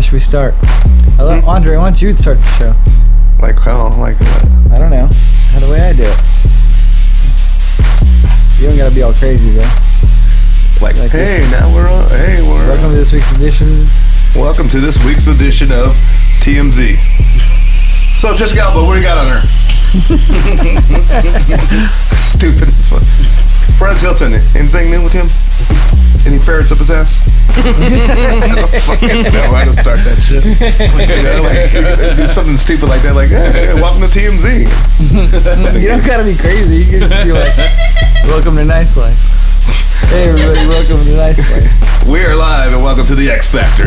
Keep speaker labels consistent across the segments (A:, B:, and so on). A: should we start? I love, Andre, why don't you start the show?
B: Like how? Like uh,
A: I don't know. How the way I do it. You don't gotta be all crazy though.
B: like,
A: Like
B: hey,
A: this.
B: now we're on. Hey, we're
A: Welcome
B: welcome,
A: to this week's edition.
B: welcome to this week's edition of TMZ. So Jessica Alba, what do you got on her? Stupid. as fuck. Perez Hilton. Anything new with him? Any ferrets up his ass? I don't fucking know how to start that shit. You know, like, do something stupid like that. Like, hey, welcome to TMZ.
A: You don't gotta be crazy. You can just be like, welcome to Nice Life. Hey everybody, welcome to Nice Life.
B: We are live and welcome to the X Factor.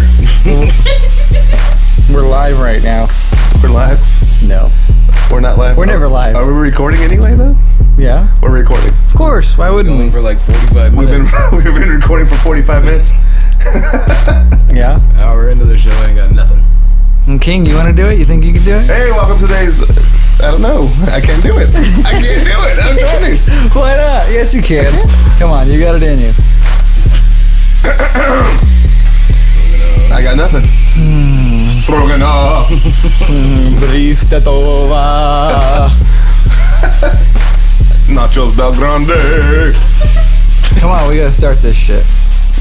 A: We're live right now.
B: We're live.
A: No.
B: We're not live.
A: We're never live.
B: Are we recording anyway though?
A: Yeah?
B: We're recording.
A: Of course. Why wouldn't
C: Going
A: we?
C: for like 45
B: We've been
C: minutes.
B: we've been recording for 45 minutes.
A: Yeah.
C: Hour into the show, I ain't got nothing.
A: And King, you wanna do it? You think you can do it?
B: Hey, welcome to today's. I don't know. I can't do it. I can't do it. I'm joining.
A: Why not? Yes you can. Come on, you got it in you.
B: I got nothing. Stroganoff. Nachos Belgrande.
A: Come on, we gotta start this shit.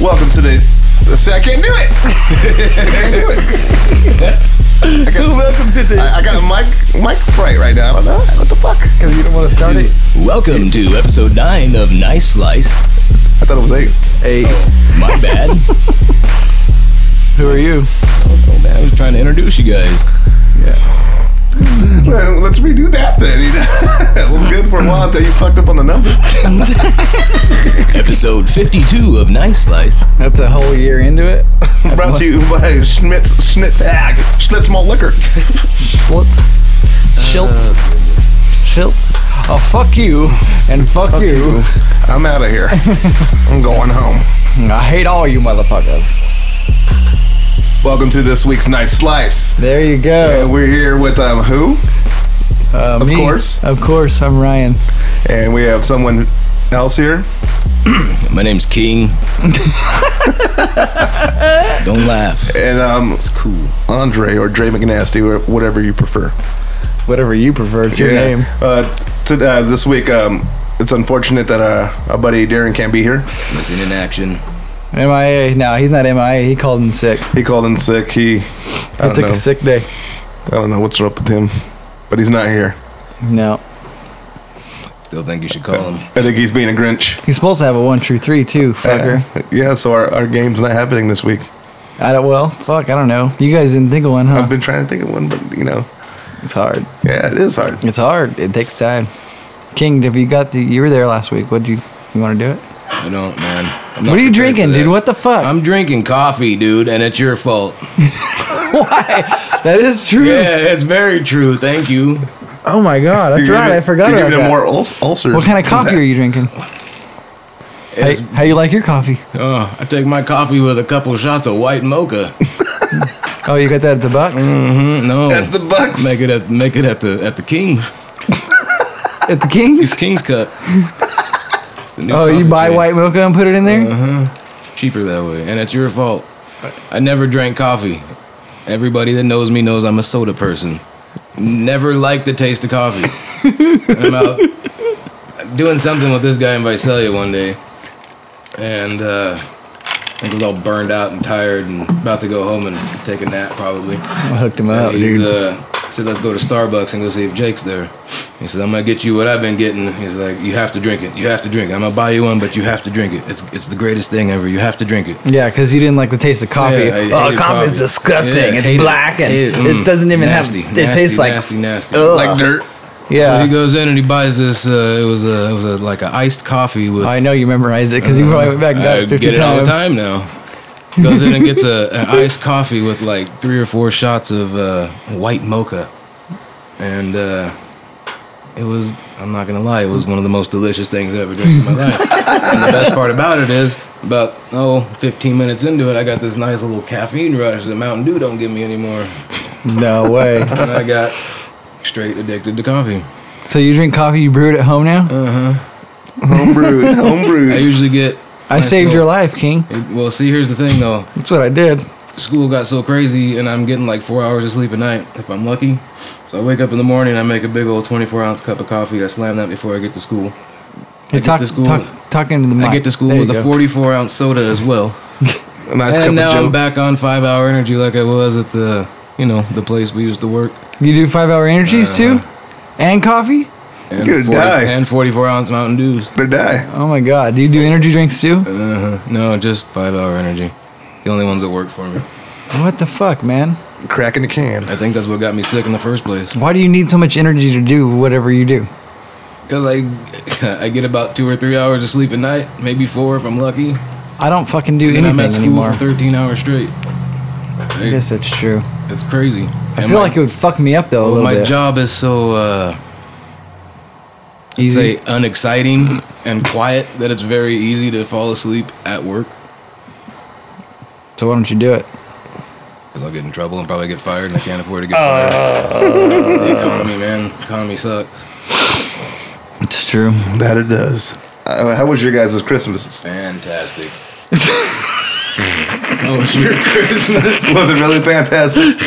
B: Welcome to the. See, I can't do it. I can't do it. I got,
A: Welcome to the.
B: I, I got mic mic fright right now. I don't know what the fuck.
A: Because you don't want to start it.
C: Welcome to episode 9 of Nice Slice.
B: I thought it was eight.
A: Hey,
C: My bad.
A: who are you?
C: oh man, I was trying to introduce you guys.
B: Well, Let's redo that then. You know? it was good for a while until you fucked up on the number.
C: Episode 52 of Nice Slice.
A: That's a whole year into it.
B: Brought to you by Schmitz Schnitz Schnitz Malt Liquor.
A: Schultz. Schiltz. Schiltz. Uh, Oh, fuck you. And fuck, you.
B: I'm out of here. I'm going home.
A: I hate all you motherfuckers.
B: Welcome to this week's Nice Slice.
A: There you go.
B: And we're here with um who?
A: Uh, me.
B: course.
A: Of course, I'm Ryan.
B: And we have someone else here.
C: My name's King. Don't laugh.
B: And um it's cool. Andre or Dre McNasty or whatever you prefer.
A: Whatever you prefer, it's your name.
B: Uh, t- uh, this week um it's unfortunate that uh, our buddy Darren can't be here.
C: Missing in action.
A: MIA. No, he's not MIA. He called in sick. He
B: He called in sick. He I don't,
A: took
B: know.
A: a sick day.
B: I don't know what's up with him, but he's not here.
A: No.
C: Still think you should call him.
B: I think he's being a Grinch.
A: He's supposed to have a one true three, too, fucker.
B: Uh, yeah, so our, our game's not happening this week.
A: I don't, well, fuck, I don't know. You guys didn't think of one, huh?
B: I've been trying to think of one, but you know,
A: it's hard.
B: yeah, it is hard.
A: It's hard. It takes time. King, have you got the? You were there last week. What would you? You want to do it?
C: I don't, man. I'm not
A: What are you
C: prepared for
A: drinking,
C: that.
A: dude? What the fuck?
C: I'm drinking coffee, dude, and it's your fault.
A: That is true.
C: Yeah, it's very true. Thank you.
A: Oh my god, that's
B: You're
A: right.
B: giving-
A: I forgot
B: You're
A: about
B: giving him
A: that.
B: more ul- ulcers.
A: what kind of
B: from
A: coffee
B: that.
A: are you drinking? How,
C: It's-
A: how you like your coffee?
C: Oh, I take my coffee with a couple shots of white mocha.
A: Oh, you got that at the Bucks?
C: Mm, no,
B: At the Bucks.
C: make it at make it at the at the Kings.
A: At the Kings?
C: It's Kings Cup. It's the new
A: Oh, you
C: coffee Uh-huh.
A: buy
C: chain.
A: white mocha and put it in there?
C: cheaper that way, and it's your fault. I never drank coffee. Everybody that knows me knows I'm a soda person. Never liked the taste of coffee. I'm out doing something with this guy in Visalia one day, and uh, I think I was all burned out and tired and about to go home and take a nap probably.
A: I hooked him up.
C: And he's, uh, said, let's go to Starbucks and go see if Jake's there. He said, I'm gonna get you what I've been getting. He's like, you have to drink it. You have to drink it. I'm gonna buy you one, but you have to drink it. It's it's the greatest thing ever. You have to drink it.
A: Yeah, because you didn't like the taste of coffee.
C: Yeah, I hated
A: oh, coffee is
C: coffee.
A: disgusting.
C: Yeah,
A: it's
C: hated-
A: black and
C: hated-
A: it
C: mm,
A: doesn't even
C: nasty,
A: have. It tastes
C: nasty,
A: like
C: nasty, nasty.
A: Ugh.
B: Like dirt.
C: So
A: Yeah.
C: he goes in and he buys this. Uh, it was a it was a, like a iced coffee with.
A: I know you memorized it because you probably went back and got
C: Uh-huh. I
A: it 50
C: Uh, get it
A: times.
C: all the time now. Goes in and gets a, an iced coffee with like three or four shots of uh, white mocha, and uh, it was. I'm not gonna lie, it was one of the most delicious things I ever drank in my life. and the best part about it is, about oh, 15 minutes into it, I got this nice little caffeine rush that Mountain Dew don't give me anymore,
A: No way.
C: and I got straight addicted to coffee.
A: So you drink coffee you brew it at home now?
C: Uh,
B: Homebrewed.
C: I
B: Homebrewed.
C: usually get.
A: Uh-huh. I saved your
C: your life.
A: life, King.
C: Well, see, here's the thing though.
A: That's what I did.
C: school got so crazy, and I'm getting like four hours of sleep a night if I'm lucky. So I wake up in the morning, I make a big old 24 ounce cup of coffee. I slam that before I get to school.
A: Hey,
C: get
A: talk,
C: to school.
A: talk, talk into the mic.
C: I get to school
A: There
C: with
A: you
C: a
A: go.
C: 44 ounce soda as well.
B: A nice
C: and
B: cup of
C: now
B: Joe.
C: I'm back on five hour energy like I was at the you know the place we used to work.
A: You do five hour energies
C: Uh-huh.
A: too, and coffee.
C: And
B: You're gonna die.
C: And 44 ounce Mountain Dews.
B: Better die.
A: Oh my god, do you do energy drinks too?
C: Uh-huh. No, just five hour energy. The only ones that work for me.
A: What the fuck, man?
B: Crack in the can.
C: I think that's what got me sick in the first place.
A: Why do you need so much energy to do whatever you do?
C: Cause I I get about two or three hours of sleep a night, maybe four if I'm lucky.
A: I don't fucking do
C: And
A: anything
C: I'm at school
A: anymore.
C: for 13 hours straight.
A: I guess that's true.
C: It's crazy.
A: I feel like it would fuck me up though a
C: well,
A: little
C: my
A: bit.
C: job is so uh,
A: Easy.
C: say unexciting and quiet that it's very easy to fall asleep at work.
A: So why don't you do it?
C: Cause I'll get in trouble and probably get fired, and I can't afford to get fired. the economy, man, economy sucks.
A: It's true.
B: That it does. Uh, how was your guys' Christmas?
C: Fantastic. oh, it's your Christmas.
B: Was it really fantastic?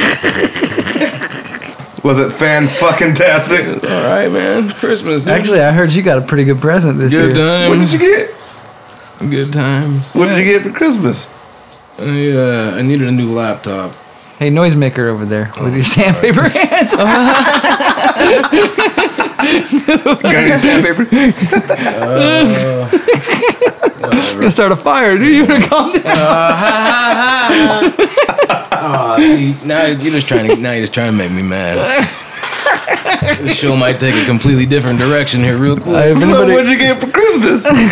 B: was it fan fucking tastic?
C: All right, man. Christmas. dude.
A: Actually, I heard you got a pretty good present this
C: good
A: year.
B: What did
C: times.
B: you get?
C: Good times.
B: What did you get for Christmas?
C: I, uh, I needed a new laptop.
A: Hey, noisemaker over there with
C: Oh,
A: your sandpaper hands.
B: Got any sandpaper?
A: gonna start a fire, dude. You wanna calm down?
C: Uh, Aw, see, now you're just trying to now you're just trying to make me mad. this show might take a completely different direction here, real quick.
A: Uh, if
B: So
A: anybody,
B: what'd you get for Christmas?
C: I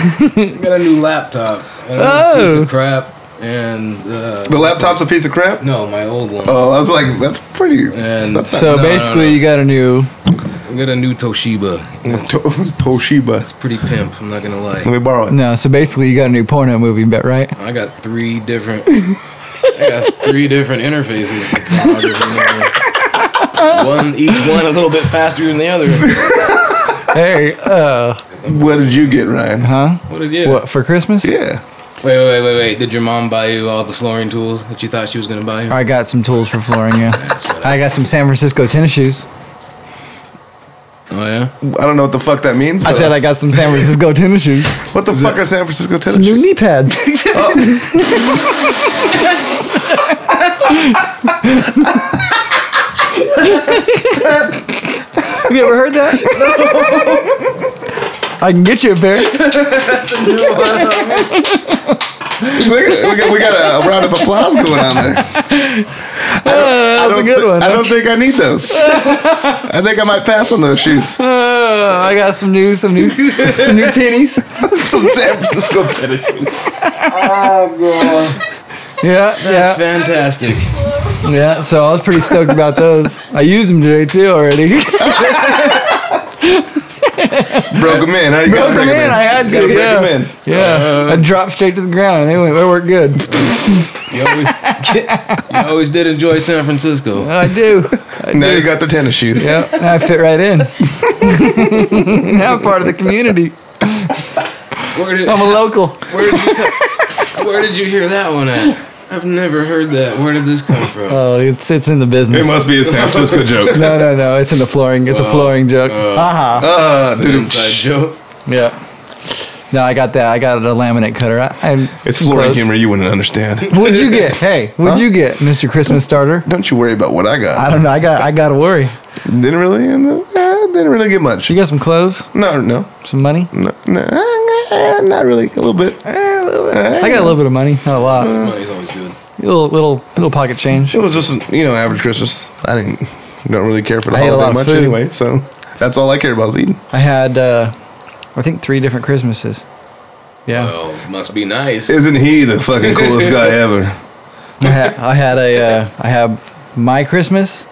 C: got a new laptop. And oh. a piece
A: Oh.
C: of crap. And uh,
B: The laptop's a piece of crap.
C: no, my old one.
B: Oh, I was like, that's pretty.
C: And
B: that's
A: so
C: No, no,
A: basically,
C: no.
A: you got a new.
C: I got a new Toshiba.
B: not to- Toshiba.
C: Pretty pimp. I'm not gonna
B: Let
C: lie.
B: me borrow it.
A: No, so basically, you got a new porno movie, bet right?
C: I got three different. I got three different interfaces. one each one a little bit faster than the other.
A: hey, uh,
B: What did you get, Ryan?
A: huh?
C: What did you?
A: What for Christmas?
B: Yeah.
C: Wait, wait, wait, wait, wait. Did your mom buy you all the flooring tools that you thought she was gonna buy you?
A: I got some tools for flooring. Yeah,
C: That's what I-
A: I got some San Francisco tennis shoes.
C: oh yeah.
B: I don't know what the fuck that means.
A: I
B: but-
A: said I got some San Francisco tennis shoes.
B: what the fuck are San Francisco
A: Some
B: tennis
A: new
B: shoes?
A: knee pads. Have you ever heard that? I can get you a pair.
B: Look at it. we, got, we got a round of applause going on there.
A: That's a
B: don't
A: good
B: thi-
A: one.
B: I don't think I need those. I think I might pass on those shoes.
A: Uh, I got some new, some new, some new tinnies.
B: Some San Francisco tennis shoes.
A: Yeah, yeah,
C: Fantastic.
A: yeah. So I was pretty stoked about those. I used them today too already.
B: Broke them in. How you gotta
A: Broke
B: break
A: 'em
B: 'em
A: in, I had to,
B: You gotta
A: yeah.
B: break 'em in.
A: Yeah, I
B: Uh.
A: dropped straight to the ground. and They went, they worked good.
C: You always, you always did enjoy San Francisco.
A: I do. I
B: Now
A: do.
B: you got the tennis shoes.
A: Yep, now I fit right in. now I'm part of the community.
C: Where did,
A: I'm a local.
C: where did you co- where did you hear that one at? I've never heard that. Where did this come from?
B: Uh,
A: Oh, it's it's in the business.
B: be a San Francisco joke.
A: no, no, no. It's in the flooring. It's a flooring joke. Haha.
B: Uh,
C: It's an
B: dude,
C: inside joke.
A: yeah. No, I got that. I got a laminate cutter. I, I'm
B: it's flooring
A: close.
B: humor. You wouldn't understand.
A: What'd you get? Hey, what'd
B: Huh?
A: you get, Mr. Christmas Starter?
B: Don't you worry about what I got.
A: I don't know. I got I got to worry.
B: Didn't really, uh, didn't really get much.
A: You got some clothes,
B: No, no,
A: some money.
B: no, no, uh, not really. A little bit.
A: Eh, a little bit. I got a little bit of money, not a lot. A
C: Money's Oh, always good.
A: little little little pocket change.
B: It was just an, you know average Christmas. I didn't don't really care for the
A: I ate a lot
B: holiday
A: of
B: much
A: food.
B: anyway. So that's all I care about is eating.
A: I had uh, I think three different Christmases. Yeah.
C: Well, Oh, must be nice.
B: Isn't he the fucking coolest guy ever?
A: I had, I had a uh, I had my Christmas,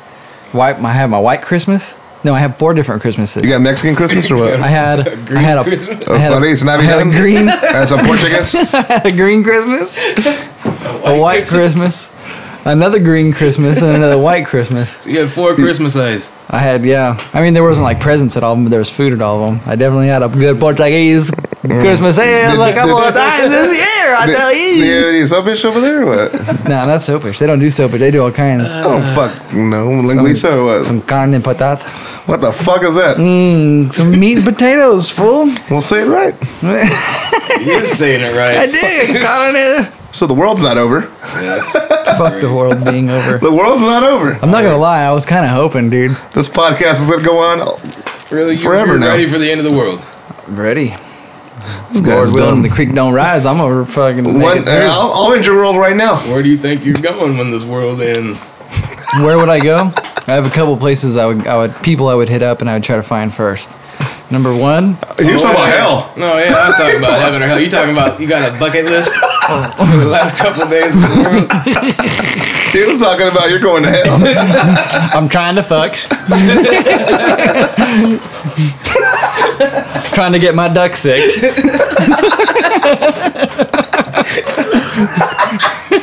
A: white. I had my white Christmas. No, I had four different Christmases.
B: You got Mexican Christmas or what? Oh,
A: I had I had a I had a,
B: Feliz
A: I had a
B: Navidad?
A: green I
B: That's a Portuguese.
A: had a green Christmas, a white Christmas, another green Christmas, and another white Christmas.
C: You had four Christmas eyes.
A: I had yeah. I mean, there wasn't like presents at all, but there was food at all of them. I definitely had a good Portuguese Christmas. Hey, look, I'm gonna die this year. I
B: They-
A: tell
B: They
A: you.
B: have any selfish over there or what?
A: Nah, not soapish. They don't do soapish. They do all kinds.
B: I don't fuck no linguiça or what?
A: Some carne and patata.
B: what the fuck is that?
A: Mm, some meat and potatoes, fool.
B: We'll say it right.
C: You're saying it
A: I
C: right.
A: did. Caught it.
B: So the world's not over.
A: Fuck the world being over.
B: The world's not over.
A: I'm not gonna lie. I was kind of hoping, dude.
B: This podcast is gonna go on.
C: Really, you-
B: Forever
C: you're
B: now.
C: ready for the end of the world.
A: I'm ready.
B: This
A: Lord
B: guy's
A: willing,
B: dumb. uh,
A: the creek don't rise. I'm gonna fucking make it
B: One,
A: through.
B: I'll, I'll end your world right now.
C: Where do you think you're going when this world ends?
A: Where would I go? I have a couple places I would, I would, people I would hit up and I would try to find first. Number one,
B: You're talking about
C: yeah.
B: hell.
C: No, yeah, I was talking about heaven or hell. You talking about you got a bucket list for the last couple of days of the world?
B: He was talking about you're going to hell.
A: I'm trying to fuck. trying to get my duck sick.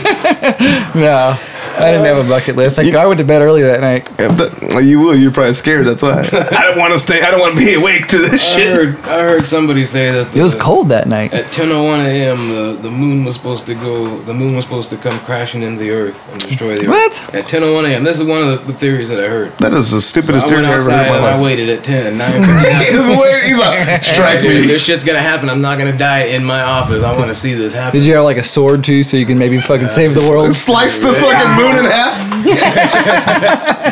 A: no, I didn't have a bucket list. I, I went to bed early that night.
B: If that- you will. You're probably scared. That's why. I don't want to stay. I don't want to be awake to this
C: I
B: shit.
C: heard, I heard somebody say that the,
A: It was cold that night.
C: At 10:01 a.m., the, the moon was supposed to go. The moon was supposed to come crashing into the earth and destroy the earth.
A: What?
C: At 10:01 a.m. This is one of the, the theories that I heard.
B: That is the stupidest
C: I
B: theory
C: went
B: I ever
C: outside
B: heard in
C: and
B: my
C: I
B: life.
C: waited at 10 and
B: He's
C: 9:59.
B: waiting. He's like, strike
C: Dude,
B: me.
C: this shit's gonna happen. I'm not gonna die in my office. I want to see this happen.
A: Did you have like a sword too, so you can maybe fucking save the world?
B: Slice the fucking moon in half.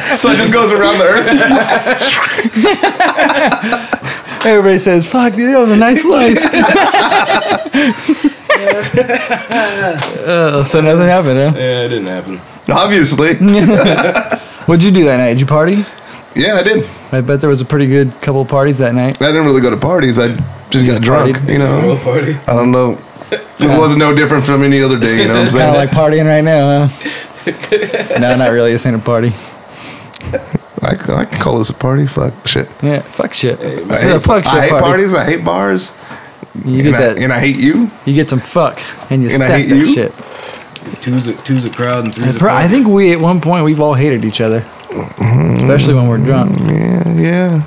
B: so it just goes around the earth.
A: Everybody says, "Fuck, dude, that was a nice slice." uh, so nothing happened, huh?
C: yeah, it didn't happen.
B: Obviously.
A: What'd you do that night? Did you party?
B: Yeah, I did.
A: I bet there was a pretty good couple parties that night.
B: I didn't really go to parties. I just got drunk.
A: partied.
B: You know.
C: World party.
B: I don't know. It wasn't no different from any other day. You know what I'm
A: Kind
B: saying?
A: of like partying right now, huh? no, not really. This ain't a party.
B: I, c- I can call this a party. Fuck shit.
A: Yeah, fuck shit.
B: I
A: It's a
B: hate,
A: fuck shit
B: I hate
A: party.
B: parties. I hate bars.
A: You
B: and,
A: get
B: I,
A: that.
B: and I hate you.
A: You get some fuck, and you
B: And I
A: stack
B: hate
A: that
B: you?
A: shit.
C: Two's a, two's a crowd and three's a
A: Bro, I
C: party.
A: think we at one point we've all hated each other,
B: Mm-hmm.
A: especially when we're drunk.
B: Yeah, yeah.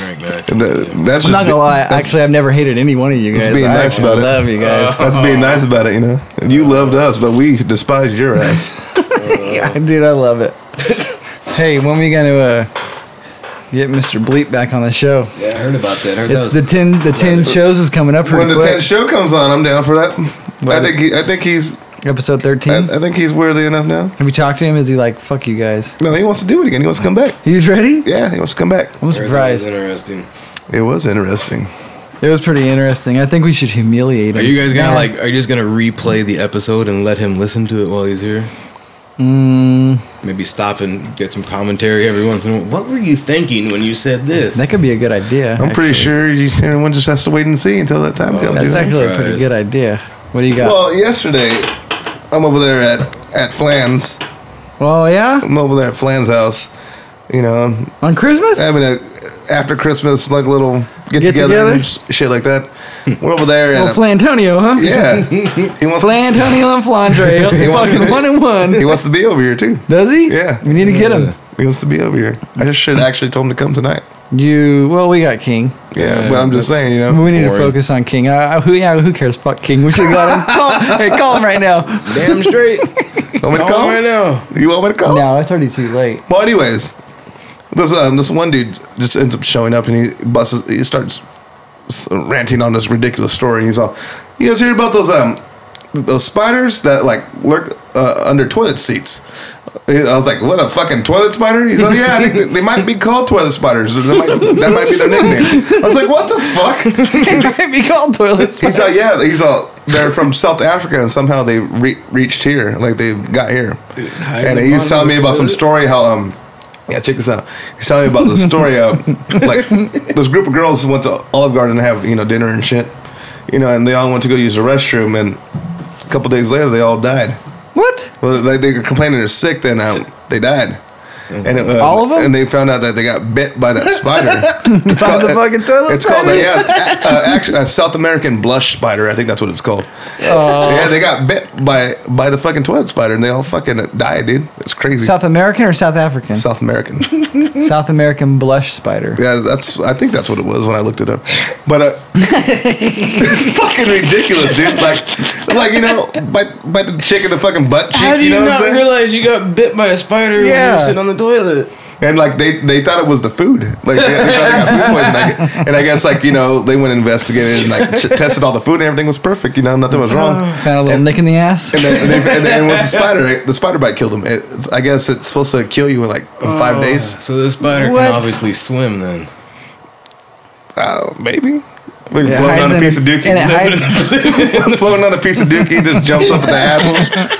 C: Drink, man.
B: And that- that's
A: I'm
B: just
A: not gonna
B: be-
A: lie.
B: that's-
A: Actually, I've never hated any one of you guys.
B: being
A: I
B: nice about it.
A: love you guys.
B: That's being nice about it, you know. And you loved us, but we despised your ass.
A: Yeah, dude, I love it. hey, when we gonna uh, get Mr. Bleep back on the show?
C: Yeah, I heard about that. I heard that
A: It's
C: was
A: the ten the ten shows is coming up
B: when
A: pretty
B: the
A: quick.
B: tent show comes on, I'm down for that.
A: Well,
B: I think he, I think he's
A: Episode
B: I,
A: thirteen.
B: I think he's worthy enough now.
A: Have you talked to him? Is he like fuck you guys?
B: No, he wants to do it again. He wants to come back.
A: He's ready.
B: Yeah, he wants to come back.
A: I'm
C: I heard that was
A: surprised.
C: Interesting.
B: It was interesting.
A: It was pretty interesting. I think we should humiliate him.
C: Are you guys gonna
A: Yeah.
C: like? Are you just gonna replay the episode and let him listen to it while he's here?
A: Mm,
C: Maybe stop and get some commentary every once in a while. What were you thinking when you said this?
A: that could be a good idea.
B: I'm pretty sure you, everyone just has to wait and see until that time
C: Well,
B: comes. you
A: That's
B: know?
A: actually a pretty
C: Surprised.
A: good idea. What do you got?
B: Well, yesterday I'm over there at at Flan's.
A: Oh yeah,
B: I'm over there at Flan's house. You know,
A: on Christmas.
B: having a after Christmas like little get, together,
A: together?
B: and sh- shit like that. We're over there
A: Oh,
B: and
A: Flantonio, huh?
B: yeah, he wants
A: Flantonio and Flandre.
B: He wants
A: fucking
B: to-
A: one and
B: he
A: one.
B: wants to be over here too.
A: Does he?
B: Yeah.
A: We need to get him.
B: He wants to be over here. I just should actually told him to come tonight.
A: You well, we got King.
B: Yeah,
C: Yeah,
B: but I'm just
C: that's-
B: saying, you know,
A: We need to
C: Boring.
A: focus on King. I, I- who, yeah, who cares? Fuck King. We should have got him. call, hey, call him right now.
C: Damn straight.
B: want me to
C: Call
B: call?
C: him right now.
B: You want me to call?
A: No, it's already too late.
B: Well, anyways, this um, this one dude just ends up showing up and he busts. He starts s- ranting on this ridiculous story. He's all, "You guys hear about those um those spiders that like lurk uh, under toilet seats?" I was like, "What a fucking toilet spider!" He's like, "Yeah, I think they- they might be called toilet spiders. They might, that might be their nickname." I was like, "What the fuck?"
A: He might be called toilet spider.
B: He's all, "Yeah, he's all." They're from South Africa, and somehow they re- reached here, like they got here.
C: hiding
B: And
C: in the
B: he's telling
C: bottom of
B: me
C: the
B: about some
C: toilet.
B: story how um yeah check this out he's telling me about the story of like this group of girls went to Olive Garden to have you know dinner and shit you know and they all went to go use the restroom and a couple days later they all died
A: What?
B: well they, they were complaining they're sick then um, they died and it, uh,
A: All of 'em?
B: And they found out that they got bit by that spider.
A: It's on the fucking toilet.
B: It's called,
A: baby.
B: yeah, uh, actually, a South American blush spider. I think that's what it's called.
A: Uh,
C: Uh,
B: Yeah, they got bit by by the fucking toilet spider, and they all fucking died, dude. It's crazy.
A: South American or South African? South,
B: South American.
A: American blush spider.
B: Yeah, that's. I think that's what it was when I looked it up. But uh, it's fucking ridiculous, dude. Like, like you know, by by the chick in the fucking butt cheek.
C: How do you,
B: know
C: not
B: what I'm saying?
C: realize you got bit by a spider when you
A: Yeah.
C: were sitting on the toilet?
B: And like they, they thought it was the food. Like they, they thought they got food poisoning. Like, and I guess like you know they went and investigated and like ch- tested all the food and everything was perfect. You know nothing was wrong.
C: Uh.
A: Found a little nick in the ass.
B: And then, and, they, and, then it was the spider. The spider bite killed him. It, I guess it's supposed to kill you in like in five
A: Oh.
B: days.
C: So the spider
A: What?
C: can obviously swim then.
B: Uh, maybe. Like
A: It
B: floating
A: hides
B: on a
A: in-
B: piece of dookie.
A: And it hides,
B: floating on a piece of dookie just jumps up at the apple.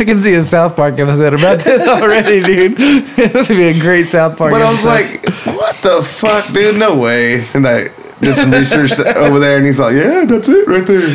A: I can see a South Park episode about this already, dude. this would be a great South Park.
B: But I was
A: episode.
B: like, what the fuck, dude? No way. And I did some research over there, and he's like, yeah, that's it right there. I was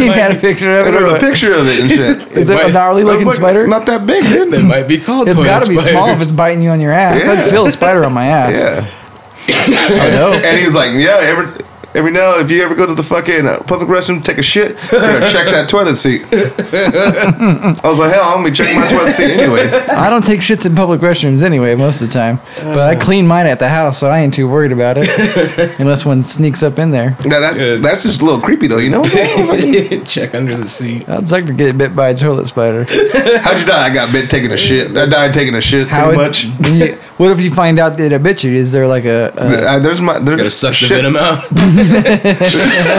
A: you had a picture of it.
B: and there's
A: or
B: a picture of it and shit.
A: Is it a
C: Wait,
A: gnarly
B: I was
A: looking
B: like,
A: spider?
B: Not that big, dude.
C: They might be called
A: It's
C: toilet
A: got to be small if
C: spiders.
A: it's biting you on your ass. I'd
B: Yeah.
A: feel a spider on my ass. Oh,
B: Yeah.
A: I know.
B: And he's like, yeah, every every now if you ever go to the fucking uh, public restroom, take a shit, you gotta check that toilet seat. I was like, hell, I'm gonna be checking my toilet seat anyway.
A: I don't take shits in public restrooms anyway, most of the time. But I clean mine at the house, so I ain't too worried about it. Unless one sneaks up in there.
B: Now, that's
C: Yeah.
B: that's just a little creepy though, you know?
C: Check under the seat.
A: I'd like to get bit by a toilet spider.
B: How'd you die? I got bit taking a shit. I died taking a shit
A: How
B: pretty
A: it-
B: much.
A: when you- what if you find out that it bit you? Is there like a, a
B: Uh, there's my there's
C: Gotta suck
B: shit,
C: the venom out.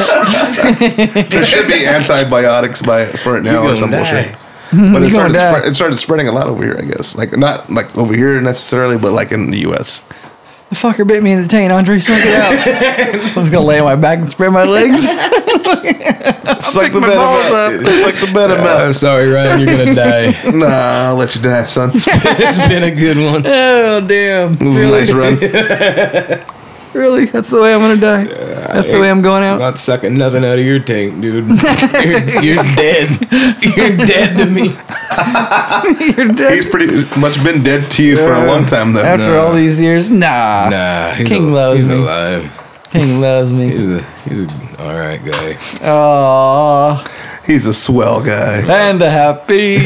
B: There should be antibiotics by for it now
C: You
B: or some
C: gonna
B: bullshit.
C: die.
B: But
A: You
B: it started,
A: gonna die.
B: spread it started spreading a lot over here, I guess. Like not like over here necessarily, but like in the U.S.
A: the fucker bit me in the taint, Andre? Suck it out. I'm just gonna lay on my back and spread my legs.
B: It's like the
A: my
B: venom.
A: balls
B: out. It's like the venom. out.
C: I'm Uh, sorry, Ryan. You're gonna die.
B: Nah, I'll let you die, son. It
C: it's been a good one.
A: oh damn!
B: was a
A: Really?
B: nice run.
A: Really? That's the way I'm gonna die. That's the way I'm going out.
C: Not sucking nothing out of your tank, dude. You're, you're dead. You're dead to me.
A: You're
B: He's
A: dead.
B: pretty much been dead to you for a long time, though.
A: After all these years, nah.
C: Nah, he's
A: King
C: al-
A: loves
C: he's
A: me.
C: alive.
A: King loves me.
C: He's a he's a all right guy.
A: Oh,
B: He's a swell guy.
A: and a happy.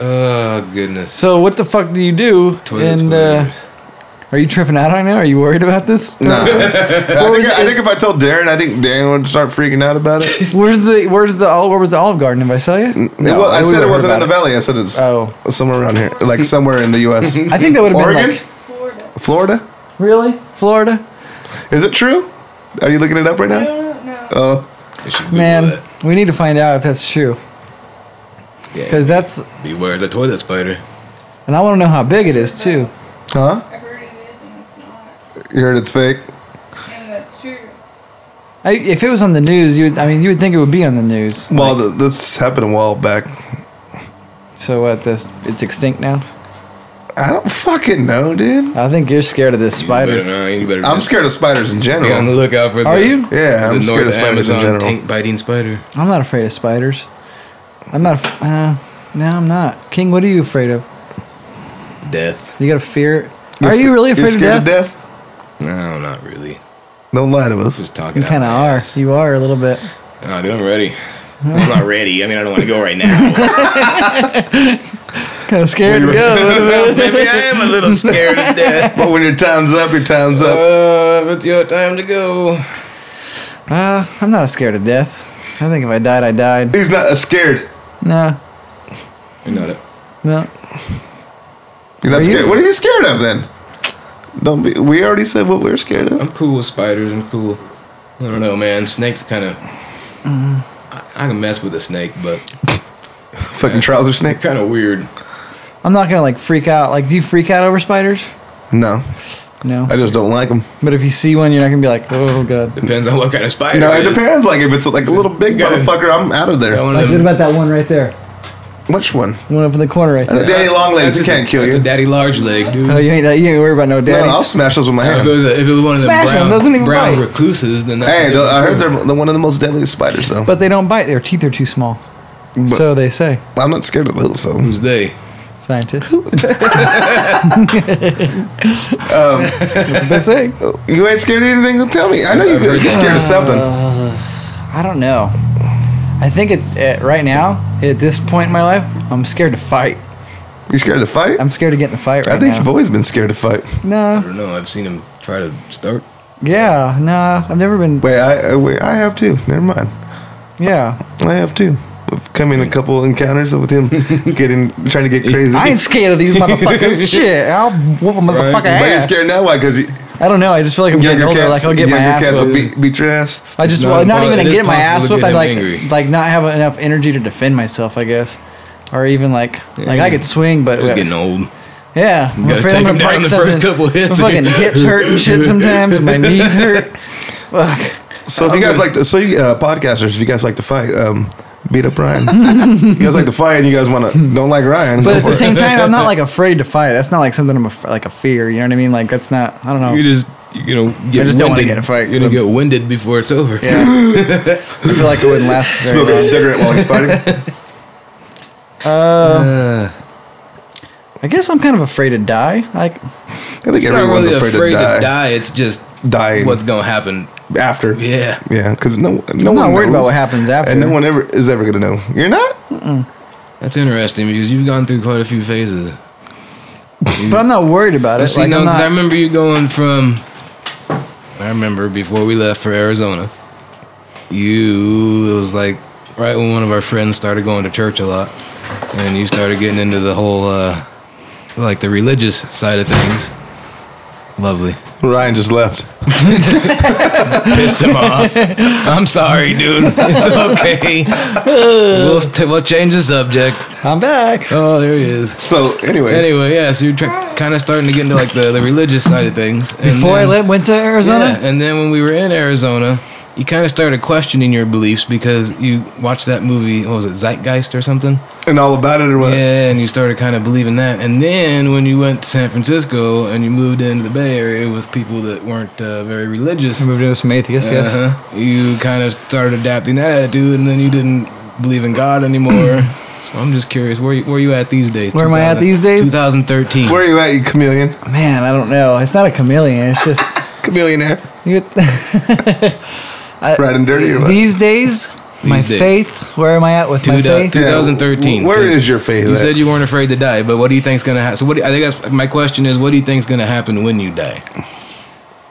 C: Oh goodness.
A: so what the fuck do you do?
C: Toilet
A: and uh,
C: spiders.
A: are you tripping out right now? Are you worried about this?
B: Nah. I, think, I think if I told Darren, I think Darren would start freaking out about it.
A: Where's the where's the ol- where was the Olive Garden? Did I sell you?
B: It wa- I
A: we
B: said it
A: would've
B: wasn't
A: heard
B: in the
A: about
B: valley. I said it's
A: Oh.
B: somewhere around here, like somewhere in the U.S.
A: it. I think that would have been
B: Oregon,
A: like,
B: Florida.
A: really Florida.
B: Is it true? Are you looking it up right now?
D: No.
B: Oh,
C: You should Google
A: Man,
C: that.
A: we need to find out if that's true
C: Yeah.
A: because that's
C: beware the toilet spider.
A: and I want to know how big it is too.
B: huh?
D: I heard it is and it's not.
B: You heard it's fake.
D: And that's true.
A: I, if it was on the news, you would, I mean you would think it would be on the news.
B: Well, th- this happened a while back.
A: So what? This it's extinct now.
B: I don't fucking know, dude.
A: I think you're scared of this
C: You better,
A: spider.
C: not, you better
B: I'm
C: just
B: scared of spiders in
C: Be on the
B: general.
C: lookout for.
A: Are
C: the,
A: you?
B: Yeah,
C: the
B: I'm scared
C: North
B: of spiders in
C: Amazon
B: general.
C: tank biting spider.
A: I'm not afraid of spiders. I'm not. af- Uh, no, I'm not. King, what are you afraid of?
C: Death.
A: You got a fear?
B: You're
A: are you
B: f-
A: really
B: you're
A: afraid of
B: scared
A: death?
B: of death?
C: No, not really.
B: Don't lie to us.
C: Just talking.
A: You kind of are.
C: You-
A: You are a little bit.
C: oh, dude, I'm ready. I'm not ready. I mean, I don't want to go right now.
A: Kind of scared to go.
C: Maybe I am a little scared of death.
B: But when your time's up, your time's up.
C: Uh, it's your time to go.
A: Uh, I'm not scared of death. I think if I died, I died.
B: He's not uh, scared.
A: No,
C: You know that.
A: no.
B: You're
A: Are
B: not
A: you?
B: scared. What are you scared of then? Don't be. We already said what we were scared of.
C: I'm cool with spiders. I'm cool. I don't know, man. Snakes kind of. I, I can mess with a snake, but
B: Fucking trouser snake.
C: kind of weird.
A: I'm not gonna like freak out. Like, do you freak out over spiders?
B: No,
A: No.
B: I just don't like them.
A: But if you see one, you're not gonna be like, oh god.
C: Depends on what kind of spider.
B: You know, it
C: is.
B: depends. Like if it's like a little big
C: You gotta-
B: motherfucker, I'm out of
C: That
B: there.
C: one of
A: Like, what
C: them-
A: about that one right there?
B: Which one?
A: The one up in the corner right there.
B: Uh, Daddy long legs
C: That's
B: can't
C: a,
B: kill
C: that's
B: you.
C: a daddy large leg, dude.
A: Oh, you ain't. You ain't worried about no
B: No,
A: daddies.
B: I'll smash those with my
C: If it
B: hand.
C: was, a, if it was one of
A: Smash
C: the
A: 'em,
C: brown,
A: doesn't even
C: brown
A: bite.
C: recluses, then that's a
B: Hey, th-
C: different
B: I heard
C: story.
B: they're they're one of the most deadliest spiders, though.
A: But they don't bite. Their teeth are too small. so they say.
B: I'm not scared of those, though.
C: Who's they?
A: Scientists. um, That's what they say.
B: You ain't scared of anything? Well, Tell me. I know you,
C: I've heard
B: you're scared of something.
A: Uh, I don't know. I think it, at right now, at this point in my life, I'm scared to fight.
B: You scared to fight?
A: I'm scared to get in a fight right
B: I think
A: now.
B: you've always been scared to fight.
C: I
A: no.
C: don't know. I've seen him try to start.
A: Yeah. No. I've never been.
B: Wait, I I- wait, I have too. Never mind.
A: Yeah.
B: I have too. I've come in a couple encounters with him getting trying to get crazy.
A: I ain't scared of these motherfuckers. Shit. I'll whoop a motherfucker
B: But you're
A: ass.
B: scared now? Why? Because
A: I don't know. I just feel like I'm getting
B: younger
A: older.
B: cats,
A: Like I'll get my
B: younger
A: ass
B: cats will
A: whooped.
B: beat, beat your ass.
A: I just
C: It's not
A: well, not
C: impo-
A: even
C: it
A: to
C: is
A: get my ass
C: possible
A: whooped.
C: to get
A: I
C: him
A: like
C: angry.
A: like not have enough energy to defend myself. I guess, or even like like I could swing, but
C: I was getting old.
A: yeah, I'm
C: gotta
A: afraid
C: take
A: I'm gonna
C: him down
A: break
C: the first
A: something.
C: couple hits.
A: My fucking hips hurt and shit sometimes. and My knees hurt. Fuck.
B: So if you guys like, to, so you, uh, podcasters, if you guys like to fight, um, beat up Ryan. you guys like to fight, and you guys want to don't like Ryan.
A: But
B: go
A: at
B: for
A: the
B: it.
A: same time, I'm not like afraid to fight. That's not like something I'm af- like a fear. You know what I mean? Like that's not. I don't
C: You
A: know.
C: just you know get
A: Oh. I just don't wanna
C: winded.
A: get in a fight,
C: You're gonna
A: so-
C: get winded before it's over.
A: Yeah. I feel like it wouldn't last. Very
B: smoke a
A: long.
B: cigarette while he's fighting. Uh,
C: Uh,
A: I guess I'm kind of afraid to die. Like
B: I think
C: It's not
B: everyone's
C: really
B: afraid, to die,
C: It's just
B: dying
C: what's gonna happen.
B: after.
C: Yeah.
B: Yeah, because no, no
A: I'm
B: one
A: not worried about
B: knows.
A: what happens after.
B: and no one ever is ever gonna know. You're not.
C: That's interesting because you've gone through quite a few phases.
A: but I'm not worried about it.
C: See,
A: like,
C: no,
A: I'm
C: 'cause
A: not,
C: I remember you going from. I remember before we left for Arizona, you it was like right when one of our friends started going to church a lot, and you started getting into the whole uh, like the religious side of things. Lovely.
B: Ryan just left.
C: pissed him off. I'm sorry, dude. It's okay. We'll, st- we'll change the subject.
A: I'm back.
C: Oh, there he is.
B: So anyway,
C: Anyway, yeah, so you're tr- kind of starting to get into like the, the religious side of things. And
A: Before I
C: then-
A: le- went to Arizona.
C: Yeah, and then when we were in Arizona, you kind of started questioning your beliefs because you watched that movie, what was it, Zeitgeist or something?
B: and all about it or what?
C: Yeah, and you started kind of believing that. And then when you went to San Francisco and you moved into the Bay Area with people that weren't uh, very religious,
A: I moved in with some atheists, yes.
C: uh-huh. You kind of started adapting that attitude, and then you didn't believe in God anymore. so I'm just curious, where you, where you at these days?
A: Where am I at
C: 2000
A: these days?
C: 2013.
B: Where are you at, you chameleon?
A: Man, I don't know. It's not a chameleon. It's just
B: Chameleon there.
A: you
B: Right and dirty or what?
A: these days, my
C: These days.
A: faith. Where am I at with my
C: Dude, uh,
A: faith?
C: dude. 2013.
B: Where is your faith?
C: you
B: at?
C: said you weren't afraid to die, but what do you think's gonna happen? So what? Do you, I think that's my question is, what do you think's gonna happen when you die?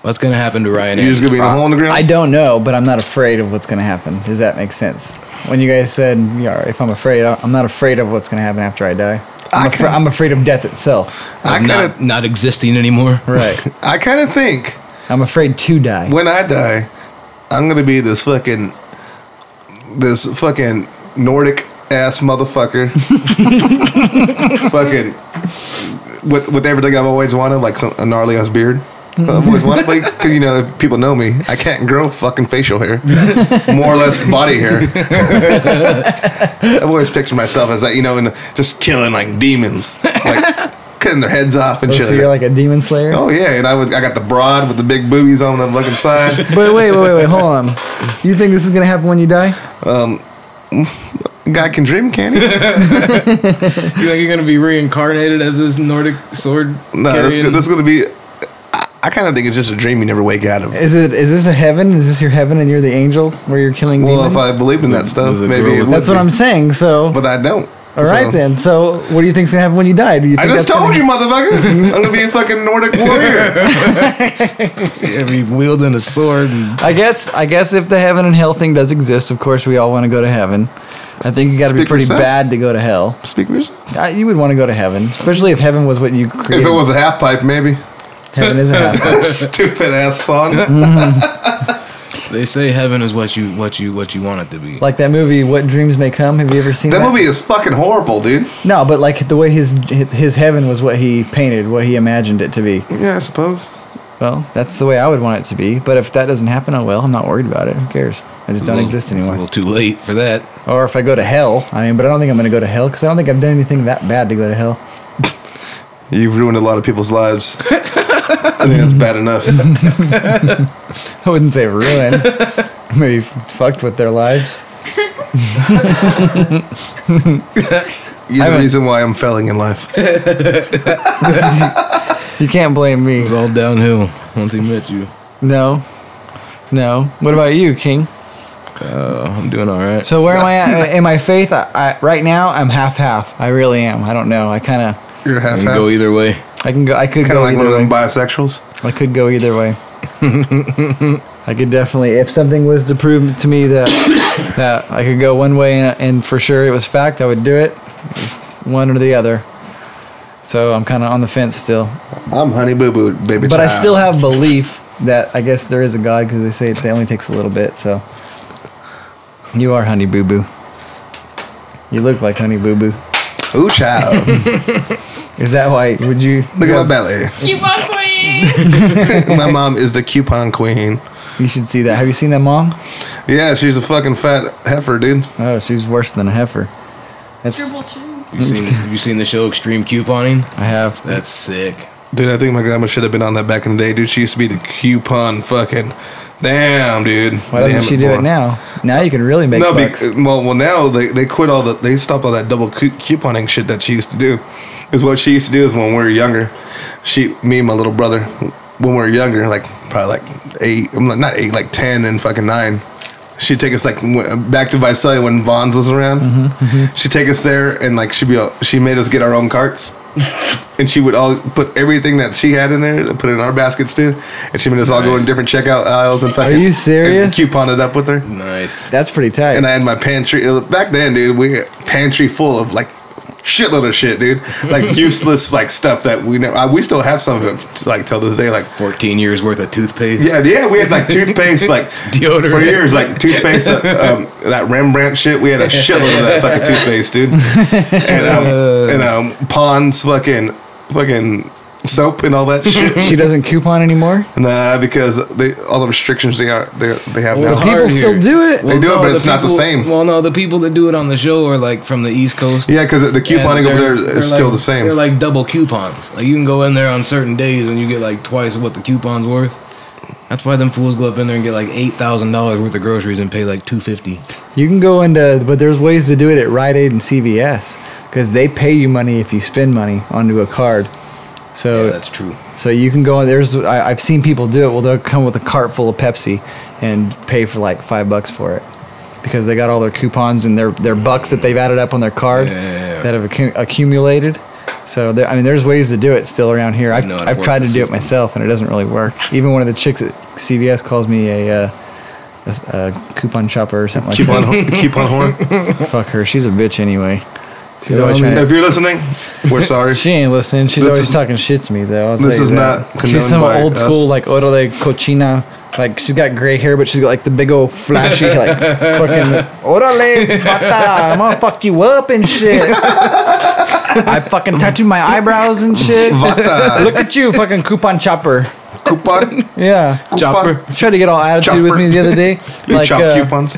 C: What's gonna happen to Ryan?
B: You're just
C: Anderson?
B: gonna be in a hole in the ground.
A: I don't know, but I'm not afraid of what's going to happen. Does that make sense? When you guys said, yeah, if I'm afraid, I- I'm not afraid of what's going to happen after I die. I'm, afra- I'm afraid of death itself.
B: I kind
C: Of not,
B: of,
C: not existing anymore.
A: Right.
B: I kind of think
A: I'm afraid to die.
B: when I die, I'm gonna be this fucking, this fucking Nordic ass motherfucker. fucking with with everything I've always wanted, like some a gnarly ass beard. I've always wanted, but 'cause, you know, if people know me, I can't grow fucking facial hair, more or less body hair. I've always pictured myself as that, you know, and just killing like demons, like cutting their heads off and
A: Oh,
B: shit.
A: so you're like a demon slayer.
B: Oh yeah, and I was I got the broad with the big boobies on the fucking side.
A: But wait, wait, wait, wait. Hold on. You think this is going to happen when you die?
B: Guy can dream, can he?
C: You think you're gonna be reincarnated as this Nordic sword?
B: No, that's,
C: carrying-
B: go- that's gonna be. I, I kind of think it's just a dream you never wake out of.
A: Is it? Is this a heaven? Is this your heaven, and you're the angel where you're killing
B: Well,
A: demons?
B: if I believed in that stuff,
C: the
B: maybe
C: girl
B: it
C: with-
B: would
A: That's what
B: be.
A: I'm saying. So,
B: But I don't.
A: all right
B: So-
A: then. So, what do you think's gonna happen when you die? Do you?
B: I
A: Think
B: just
A: that's
B: told
A: gonna-
B: you, motherfucker. I'm gonna be a fucking Nordic warrior.
C: Yeah, be wielding a sword. And,
A: I guess. I guess if the heaven and hell thing does exist, of course we all want to go to heaven. I think you got to be
B: Speak for
A: pretty
B: yourself.
A: bad to go to hell.
B: Speak for yourself.
A: I, you would want to go to heaven, especially if heaven was what you
B: If
A: created.
B: it was a half pipe, maybe.
A: heaven is a heaven.
B: Stupid ass song.
C: they say heaven is what you what you what you want it to be.
A: like that movie, What Dreams May Come. Have you ever seen that?
B: that movie is fucking horrible, dude.
A: No, but like the way his his heaven was what he painted, what he imagined it to be.
B: Yeah, I suppose.
A: Well, that's the way I would want it to be. But if that doesn't happen, oh well, I'm not worried about it. Who cares? I just don't
C: Well,
A: exist
C: It's a
A: anymore.
C: little too late for that.
A: Or if I go to hell, I mean, but I don't think I'm going to go to hell because I don't think I've done anything that bad to go to hell.
B: You've ruined a lot of people's lives. I think that's bad enough.
A: I wouldn't say ruined. Maybe f- fucked with their lives.
B: You're the
A: haven't-
B: reason why I'm failing in life.
A: You can't blame me.
C: It's all downhill once he met you.
A: No, no. What about you, King?
C: Uh, I'm doing all right.
A: So where am I at in my faith? I, I, right now, I'm half half. I really am. I don't know. I kind of.
B: You're half
C: You
B: half.
C: can go
B: Kind
C: either way.
A: I can go. I could
B: of
A: go
B: like one
A: either
B: of
A: way.
B: them bisexuals.
A: I could go either way. I could definitely, if something was to prove to me that that I could go one way and, and for sure it was fact, I would do it, one or the other. So I'm kind of on the fence still,
B: I'm honey boo boo baby.
A: but I
B: child.
A: still have belief that I guess there is a God because they say it only takes a little bit. So you are Honey Boo Boo. You look like Honey Boo Boo.
B: Ooh, child.
A: Is that why? Would you?
B: Look at my belly.
D: Keep on queen.
B: my mom is the coupon queen.
A: You should see that. Have you seen that mom?
B: Yeah, she's a fucking fat heifer, dude.
A: Oh, she's worse than a heifer. That's
D: Triple two.
C: You seen you seen the show Extreme Couponing?
A: I have.
C: That's sick.
B: Dude, I think my grandma should have been on that back in the day, dude. She used to be the coupon fucking. Damn, dude.
A: Why doesn't
B: Damn
A: she do
B: boy.
A: it now? Now you can really make
B: No,
A: bucks.
B: because well, well, now they, they quit all the they stopped all that double cu- couponing shit that she used to do. Is what she used to do is when we were younger, she me and my little brother when we were younger, like probably like eight, I'm like not eight, like ten and fucking nine. She'd take us like w- back to Visalia when Vons was around.
A: Mm-hmm,
B: She'd take us there and like she'd be all, she made us get our own carts. And she would all put everything that she had in there, put it in our baskets too. And she made us all go in
C: Nice.
B: different checkout aisles and fucking
A: you
B: and
A: serious?
B: coupon it up with her
C: Nice.
A: That's pretty tight.
B: and I had my pantry uh, back then, dude. We had pantry full of like shitload of shit, dude. Like useless like stuff that we never. I, we still have some of it, like till this day. Like
C: 14 years worth of toothpaste.
B: yeah, yeah, we had like toothpaste, like
C: Deodorant.
B: for years, like toothpaste, uh, um, that Rembrandt shit. We had a shitload of that fucking toothpaste, dude. And um, and um, Pond's fucking fucking soap and all that shit.
A: she doesn't coupon anymore.
B: nah, because they all the restrictions they are they they have
C: Well,
B: now.
C: it's hard
A: People still
C: here.
A: do it.
B: They do it, but
C: the
B: it's not the
C: people-
B: same.
C: Well, no, the people that do it on the show are like from the East Coast.
B: Yeah, because the
C: And
B: couponing over
C: they're-
B: there
C: they're
B: is still
C: like-
B: the same.
C: They're like double coupons. Like you can go in there on certain days and you get like twice what the coupon's worth. That's why them fools go up in there and get like eight thousand dollars worth of groceries and pay like two fifty.
A: You can go into, but there's ways to do it at Rite Aid and CVS because they pay you money if you spend money onto a card. So
C: Yeah, that's true.
A: So you can go on. There's I, I've seen people do it. Well, they'll come with a cart full of Pepsi and pay for like five bucks for it because they got all their coupons and their their bucks that they've added up on their card
C: Yeah, yeah, yeah.
A: that have accu- accumulated. So there, I mean, there's ways to do it still around here. I've,
C: know how to
A: I've
C: work
A: tried to
C: the
A: do it
C: system.
A: myself and it doesn't really work. Even one of the chicks at CVS calls me a. Uh, a s- a coupon shopper or something
B: Keep
A: like
B: on, keep on horn.
A: that. Fuck her. She's a bitch anyway. She's
C: Yeah,
A: always
C: I
A: trying
C: mean,
A: to-
B: If you're listening, we're sorry.
A: she ain't listening. She's
B: This
A: always
B: is-
A: talking shit to me though. I'll
B: this
A: tell you
B: is
A: that.
B: not
A: uh, She's some
B: condoned by
A: old
B: us.
A: school like Oro de Cochina. Like she's got gray hair, but she's got like the big old flashy like fucking Orale pata. I'm gonna fuck you up and shit. I fucking tattooed my eyebrows and shit.
B: Vata,
A: Look at you, fucking coupon chopper.
B: coupon,
A: Yeah.
C: Chopper.
A: Tried to get all attitude with
B: Chopper.
A: me the other day.
B: you
A: Like,
B: chop
A: uh,
B: coupons.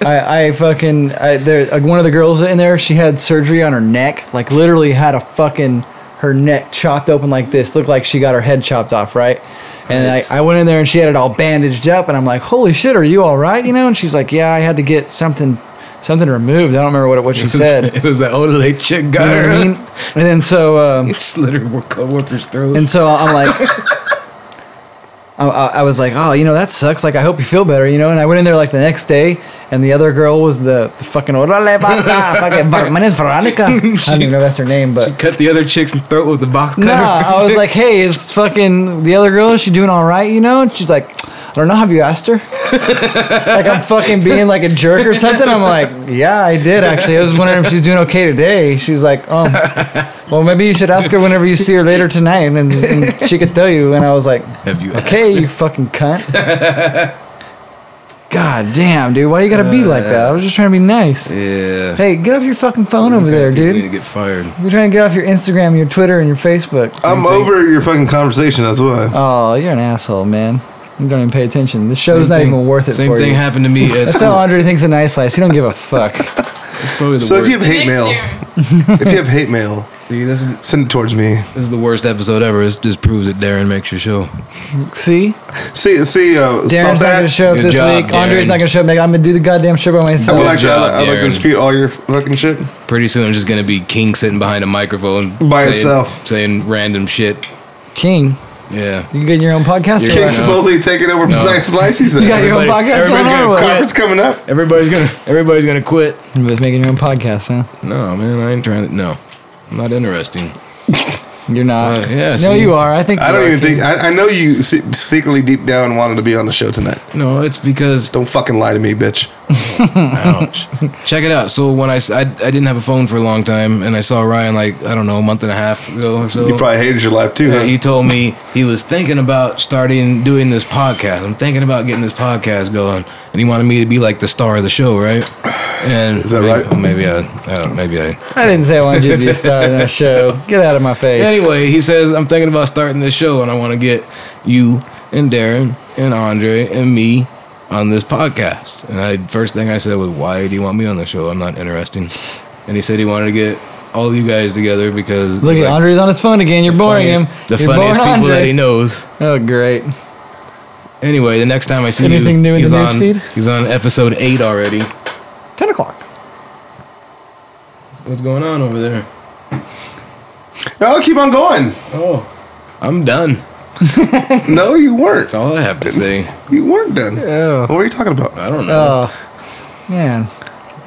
A: I, I fucking I, there. Like one of the girls in there, she had surgery on her neck. Like literally had a fucking her neck chopped open like this. Looked like she got her head chopped off, right? And I, I went in there and she had it all bandaged up, and I'm like, "Holy shit, are you all right?" You know? And she's like, "Yeah, I had to get something, something removed. I don't remember what it- what she said."
C: it was that Odelay chick
A: You
C: got
A: know what
C: her.
A: I mean? And then so um,
C: Slit her co-worker's throat.
A: and so I'm like, I, I I was like, oh, you know, that sucks. Like, I hope you feel better, you know. And I went in there like the next day, and the other girl was the, the fucking "Órale, bata," fucking, "Ver- my name's Veronica. I don't even know if that's her name, but
C: cut the other chick's throat with the box cutter.
A: nah. I was like, hey, is fucking the other girl? Is she doing all right? You know? And she's like. I don't know. Have you asked her? like I'm fucking being like a jerk or something. I'm like, yeah, I did actually. I was wondering if she's doing okay today. She's like, um, well, maybe you should ask her whenever you see her later tonight, and, and she could tell you. And I was like,
C: Have you
A: Okay, you fucking cunt. God damn, dude. Why you gotta be like that? I was just trying to be nice.
C: yeah.
A: Hey, get off your fucking phone over there,
C: People Need
A: dude.
C: to get fired.
A: You're trying to get off your Instagram, your Twitter, and your Facebook.
B: I'm over your fucking conversation. That's why.
A: Oh, you're an asshole, man. You don't even pay attention. This show's
C: Same
A: not
C: thing-
A: even worth it
C: Same
A: for
C: thing
A: you.
C: happened to me. At
A: That's
C: school.
A: how Andre thinks a nice life. He don't give a fuck.
C: It's probably the
B: So if
C: worst.
B: you have hate
D: Next
B: mail,
D: year.
B: if you have hate mail,
C: See, this is
B: Send it towards me.
C: this is the worst episode ever. This just proves it. Darren makes your show.
A: See,
B: See, see, uh,
A: Darren's
B: spell
A: not gonna
B: that.
A: show up
C: Good
A: this
C: job,
A: week. Andre's
C: Darren.
A: not gonna show up. Like, I'm gonna do the goddamn show by
B: I
A: myself.
B: would
C: Good
B: like to, I
C: job,
B: like- I like to
C: Darren.
B: dispute all your fucking shit.
C: Pretty soon, I'm just gonna be King sitting behind a microphone
B: By
C: saying,
B: himself.
C: saying random shit.
A: King,
C: Yeah.
A: you getting your own podcast?
C: You're
A: or
B: King
A: what?
C: right.
B: supposedly taking over
C: No.
B: Black Slice. He said.
A: You got your own
C: Everybody-
A: podcast
C: everybody's
A: going on
C: gonna
A: or what?
B: Corporate's coming up.
C: Everybody's gonna everybody's gonna quit.
A: You was making your own podcast, huh?
C: No, man, I ain't trying to. No, I'm not interesting.
A: You're not.
C: Uh, yeah,
A: no,
C: see.
A: you are. I think.
B: I
A: you
B: don't
A: are,
B: even
A: King.
B: think. I, I know you se- secretly, deep down, wanted to be on the show tonight.
C: No, it's because
B: Don't fucking lie to me, bitch.
C: Ouch. Check it out. So when I, s- I- I didn't have a phone for a long time, and I saw Ryan like I don't know a month and a half ago or so.
B: You probably hated your life too.
C: Uh,
B: huh?
C: he told me he was thinking about starting doing this podcast. I'm thinking about getting this podcast going, and he wanted me to be like the star of the show, right? And
B: Is that
C: maybe,
B: right?
C: Maybe I, I don't, maybe I.
A: I didn't say I wanted you to be a star in that show. Get out of my face.
C: Anyway, he says I'm thinking about starting this show, and I want to get you and Darren and Andre and me on this podcast. And I first thing I said was, "Why do you want me on the show? I'm not interesting." And he said he wanted to get all you guys together because
A: Look at
C: like,
A: Andre's on his phone again. You're boring
C: funniest-
A: him.
C: The
A: You're
C: funniest
A: boring
C: people
A: Andre.
C: that he knows.
A: Oh, great.
C: Anyway, the next time I see
A: Anything
C: you,
A: new in
C: he's
A: the
C: on
A: newsfeed?
C: he's on episode eight already.
A: 10 o'clock.
C: What's going on over there?
B: No, keep on going.
C: Oh, I'm done.
B: No, you weren't.
C: That's all I have to say.
B: You weren't done.
A: Oh.
B: What were you talking about?
C: I don't know.
A: Oh, man.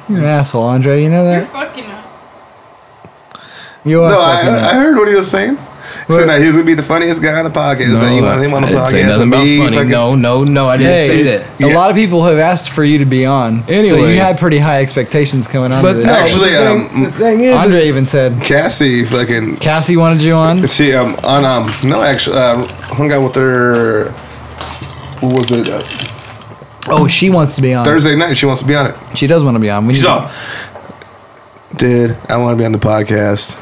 A: You're an asshole, Andre. You know
D: You're
A: that?
D: fucking up.
A: You are
B: No,
A: fucking
B: I, I
A: up.
B: heard what he was saying. He
A: What?
B: said that he was gonna be the funniest guy on the podcast. and you want him on the
C: I didn't
B: podcast?
C: say nothing
B: with
C: about
B: me,
C: funny.
B: fucking-
C: No, no, no. I didn't say that.
A: A lot of people have asked for you to be on. So
C: Anyway.
A: you had pretty high expectations coming on.
C: But
A: this.
C: no,
B: Actually,
C: but the,
B: um,
C: thing, the thing is,
A: Andre even said,
B: Cassie, fucking
A: Cassie wanted you on.
B: She um on um no actually uh, hung out with her. What was it? Uh,
A: Oh, she wants to be on.
B: Thursday night. She wants to be on it.
A: She does want to be on. We need,
B: dude, I want to be on the podcast.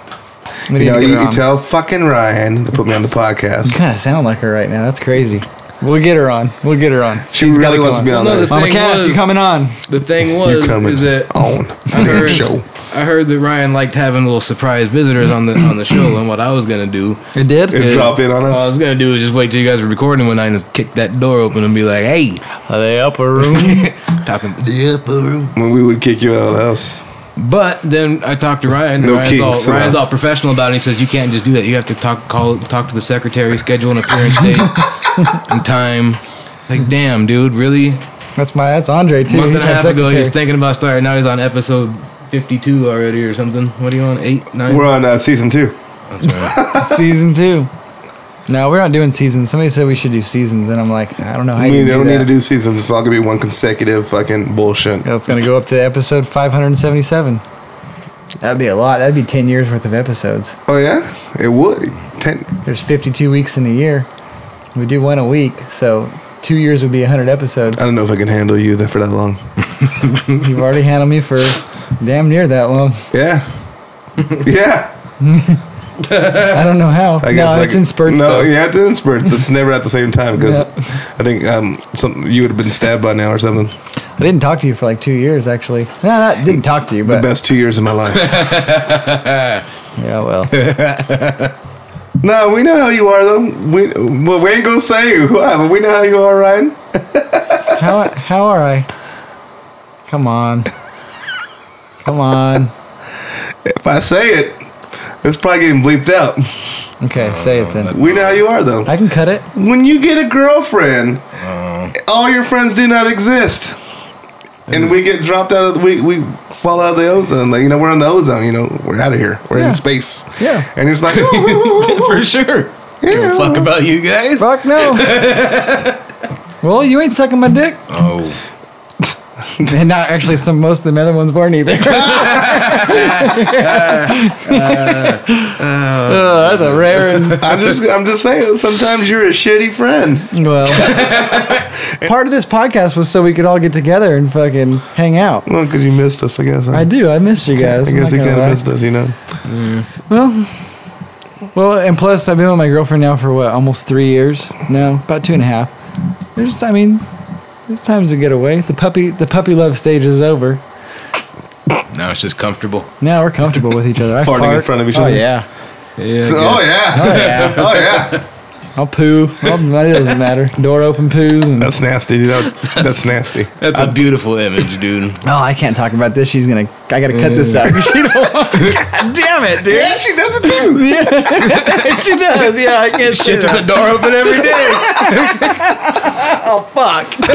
A: we
B: You
A: need
B: know,
A: to get
B: you,
A: her
B: you
A: on.
B: tell fucking Ryan to put me on the podcast.
A: kind of sound like her right now. That's crazy. We'll get her on. We'll get her on.
B: She
A: She's gotta
B: really wants
A: come
B: to be on
C: Well, no,
B: there.
C: the
A: Mama
C: thing
A: Cass, you
C: was-
A: coming on?
C: the thing
B: You
C: was
B: coming
C: is that
B: on
C: I
B: the
C: heard,
B: show?
C: I heard that Ryan liked having little surprise visitors on the on the show, and what I was gonna do,
A: It did.
B: Just drop in on
C: all I
B: us.
C: was gonna do is just wait till you guys were recording one night and just kick that door open and be like, "Hey,
A: Are they up a room?
C: talking the upper room."
B: when we would kick you out of the house.
C: But then I talked to Ryan, and
B: No
C: Ryan's,
B: kinks, uh,
C: all,
B: huh?
C: Ryan's all professional about it. And he says, "You can't just do that. You have to talk, call, talk to the secretary, schedule an appearance date and time." It's like, damn, dude, really?
A: that's my. That's Andre too.
C: month and
A: He's
C: a
A: my
C: half ago, he was
A: secretary.
C: thinking about starting. Now he's on episode 52 already or something. What are you on? Eight, nine?
B: We're on uh, season two.
C: That's right.
A: season two. No, we're not doing seasons. Somebody said we should do seasons, and I'm like, I don't know how
B: I
A: you
B: mean,
A: do
B: they don't need
A: that.
B: to do seasons. It's all gonna be one consecutive fucking bullshit.
A: Yeah, It's gonna go up to episode 577. That'd be a lot. That'd be 10 years worth of episodes.
B: Oh yeah, it would. Ten,
A: There's 52 weeks in a year. We do one a week, so two years would be 100 episodes.
B: I don't know if I can handle you there for that long.
A: You've already handled me for damn near that long.
B: Yeah, yeah.
A: I don't know how. no,
B: I guess like,
A: it's in spurts
B: No,
A: though.
B: yeah, it's in spurts. It's never at the same time because
A: Yeah.
B: I think um, some you would have been stabbed by now or something.
A: I didn't talk to you for like two years actually. No, I didn't talk to you,
B: The
A: but
B: best two years of my life.
A: yeah, well,
B: no, we know how you are though. We well, we ain't gonna say why, but we know how you are, Ryan.
A: how how are I? Come on, come on.
B: If I say it, it's probably getting bleeped out. Oh,
A: Okay, say it then.
B: We know how you are though.
A: I can cut it.
B: when you get a girlfriend, all your friends do not exist. And we get dropped out of we we fall out of the ozone. Like, you know, we're in the ozone. You know, we're out of here. We're
A: Yeah.
B: in space.
A: Yeah.
B: And it's like, oh,
C: For sure. Give a fuck about you guys.
A: Fuck no. well, you ain't sucking my dick.
C: Oh.
A: And not actually, some most of the other ones weren't either. oh, that's a rare and
B: I'm just I'm just saying. Sometimes you're a shitty friend.
A: well. Part of this podcast was so we could all get together and fucking hang out.
B: Well, because you missed us, I guess. huh?
A: I do. I missed you guys.
B: I
A: I'm
B: guess
A: not
B: you
A: gonna
B: kind of
A: lie.
B: missed us. You know.
A: Well, well, and plus, I've been with my girlfriend now for what, almost three years? No, about two and a half. There's, I mean, there's times to get away. The puppy, the puppy love stage is over.
C: Now it's just comfortable.
A: Now we're comfortable with each other. I
E: Farting in
A: fart.
E: front of each
A: Oh
E: other.
A: yeah.
C: Yeah.
B: Oh
C: good.
A: Oh
B: yeah.
A: yeah.
B: Oh yeah.
A: I'll poo. Well, that doesn't matter. Door open poos and.
B: That's nasty, dude. That- that's nasty.
C: That's a beautiful image, dude.
A: oh, I can't talk about this. She's gonna. I gotta cut this out. She don't. God damn it, dude.
B: Yeah, she does it too.
A: she does. Yeah, I can't. say
C: Shits
A: that.
C: with the door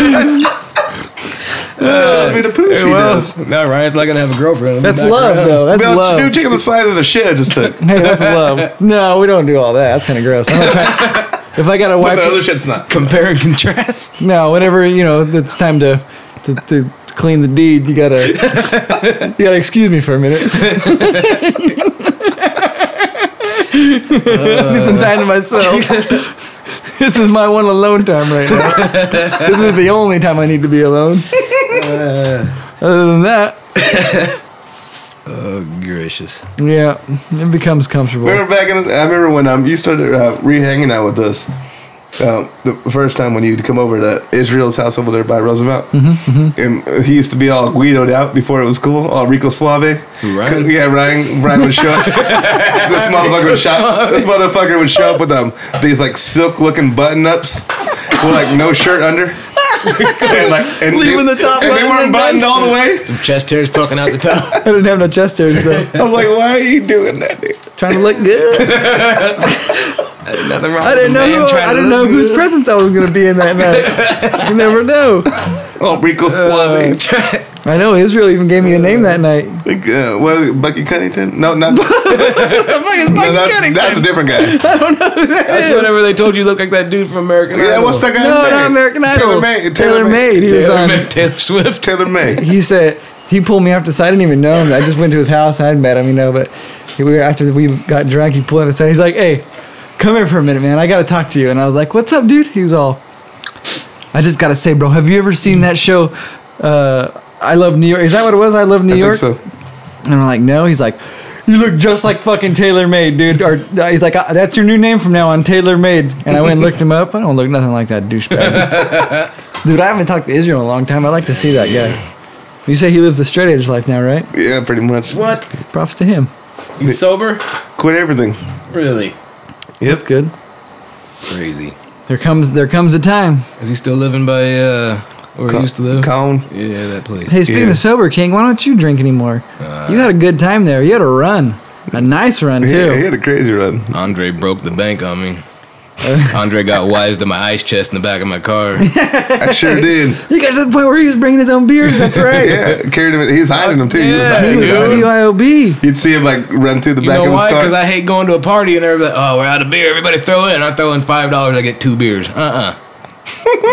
C: open every day.
B: Shows me the poo she does.
C: now Ryan's not gonna have a girlfriend.
A: That's love, though. That's
B: Well,
A: love.
B: dude, take him aside of the shed just to.
A: Hey, that's love. No, we don't do all that. That's kind of gross. I'm not trying, if I gotta
B: But
A: wipe,
B: the other shit's not.
C: Compare and contrast.
A: no, whenever you know it's time to, to to clean the deed, you gotta you gotta excuse me for a minute. I need some time to myself. this is my one alone time right now. this is the only time I need to be alone.
B: Uh.
A: Other than that,
C: Oh gracious.
A: yeah, it becomes comfortable.
B: Remember back in? I remember when um, you started uh, re-hanging out with us. Uh, the first time when you'd come over to Israel's house over there by Roosevelt,
A: Mm-hmm,
B: and uh, he used to be all guidoed out before it was cool, all Rico Suave.
C: Ryan?
B: Yeah, Ryan. Ryan would show up. this motherfucker would show. up- This motherfucker would show up with um these like silk-looking button-ups with like no shirt under, and like and
A: Leaving
B: they,
A: the top
B: and they
A: button
B: weren't
A: undone.
B: buttoned all the way.
C: Some chest hairs poking out the top.
A: I didn't have no chest hairs though.
B: I was like, why are you doing that, dude?
A: Trying to look good.
B: Nothing wrong.
A: I didn't know.
C: Man
A: Who,
C: trying
A: I
C: to
A: didn't know
C: look
A: whose presence I was gonna be in that night. You never know.
B: Oh, Rico Suave.
A: I know Israel even gave me a name that night.
B: Like, uh, what, Bucky Cunnington? No, not what the fuck
A: is
B: Bucky that's,
A: Cunnington?
B: That's a different guy. yeah,
C: That's whatever they told you you look like that dude from American Idol.
B: what's that guy's
A: No,
B: name?
A: not American Idol.
B: Taylor May.
A: Taylor May. He was
C: Taylor,
A: on.
C: Ma- Taylor Swift.
B: Taylor May.
A: He said he pulled me off the side. I didn't even know him. I just went to his house. and I'd met him, you know. But we were after we got drunk. He pulled me aside. He's like, "Hey, come here for a minute, man. I gotta talk to you." And I was like, "What's up, dude?" He was all, "I just gotta say, bro. Have you ever seen that show?" Uh, I love New York. Is that what it was? I love New
B: I
A: York.
B: think so.
A: And I'm like, no. He's like, you look just like fucking Taylor Made, dude. Or uh, he's like, "Uh, that's your new name from now on, Taylor Made. And I went and looked him up. I don't look nothing like that douchebag. dude, I haven't talked to Israel in a long time. I'd like to see that guy. You say he lives the straight edge life now, right?
B: Yeah, pretty much.
C: What?
A: Props to him.
C: You sober?
B: Quit everything.
C: Really?
A: That's good.
C: Crazy.
A: There comes there comes a time.
C: Is he still living by uh where he used to live?
B: Cone.
C: yeah, that place.
A: Hey, speaking
B: Yeah.
A: of sober, King, why don't you drink anymore? you had a good time there. You had a run, a nice run
B: He, he
A: too.
B: had a crazy run.
C: Andre broke the bank on me. Andre got wise to my ice chest in the back of my car.
B: I sure did.
A: You got to the point where he was bringing his own beers. That's right.
B: Yeah, carried him. He was hiding him too. He was
C: Yeah,
A: He
B: hiding
A: was
B: him.
A: WIOB.
B: You'd see him like run through the
C: You
B: back
C: know
B: of his
C: why?
B: car.
C: Because I hate going to a party and they're like, "Oh, we're out of beer. Everybody throw in." I throw in five dollars. I get two beers. Uh uh-uh. uh.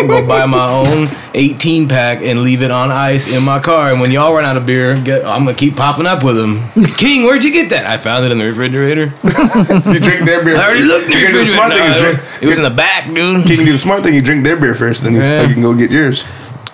C: Go buy my own 18 pack and leave it on ice in my car. And when y'all run out of beer, get, I'm gonna keep popping up with them. King, where'd you get that? I found it in the refrigerator.
B: you drink their beer.
C: I already looked in the
B: You do the
C: refrigerator.
B: smart thing.
C: No,
B: is
C: it,
B: drink.
C: was, it was in the back,
B: You
C: dude.
B: can do the smart thing. You drink their beer first, then you
C: Yeah.
B: fucking go get yours.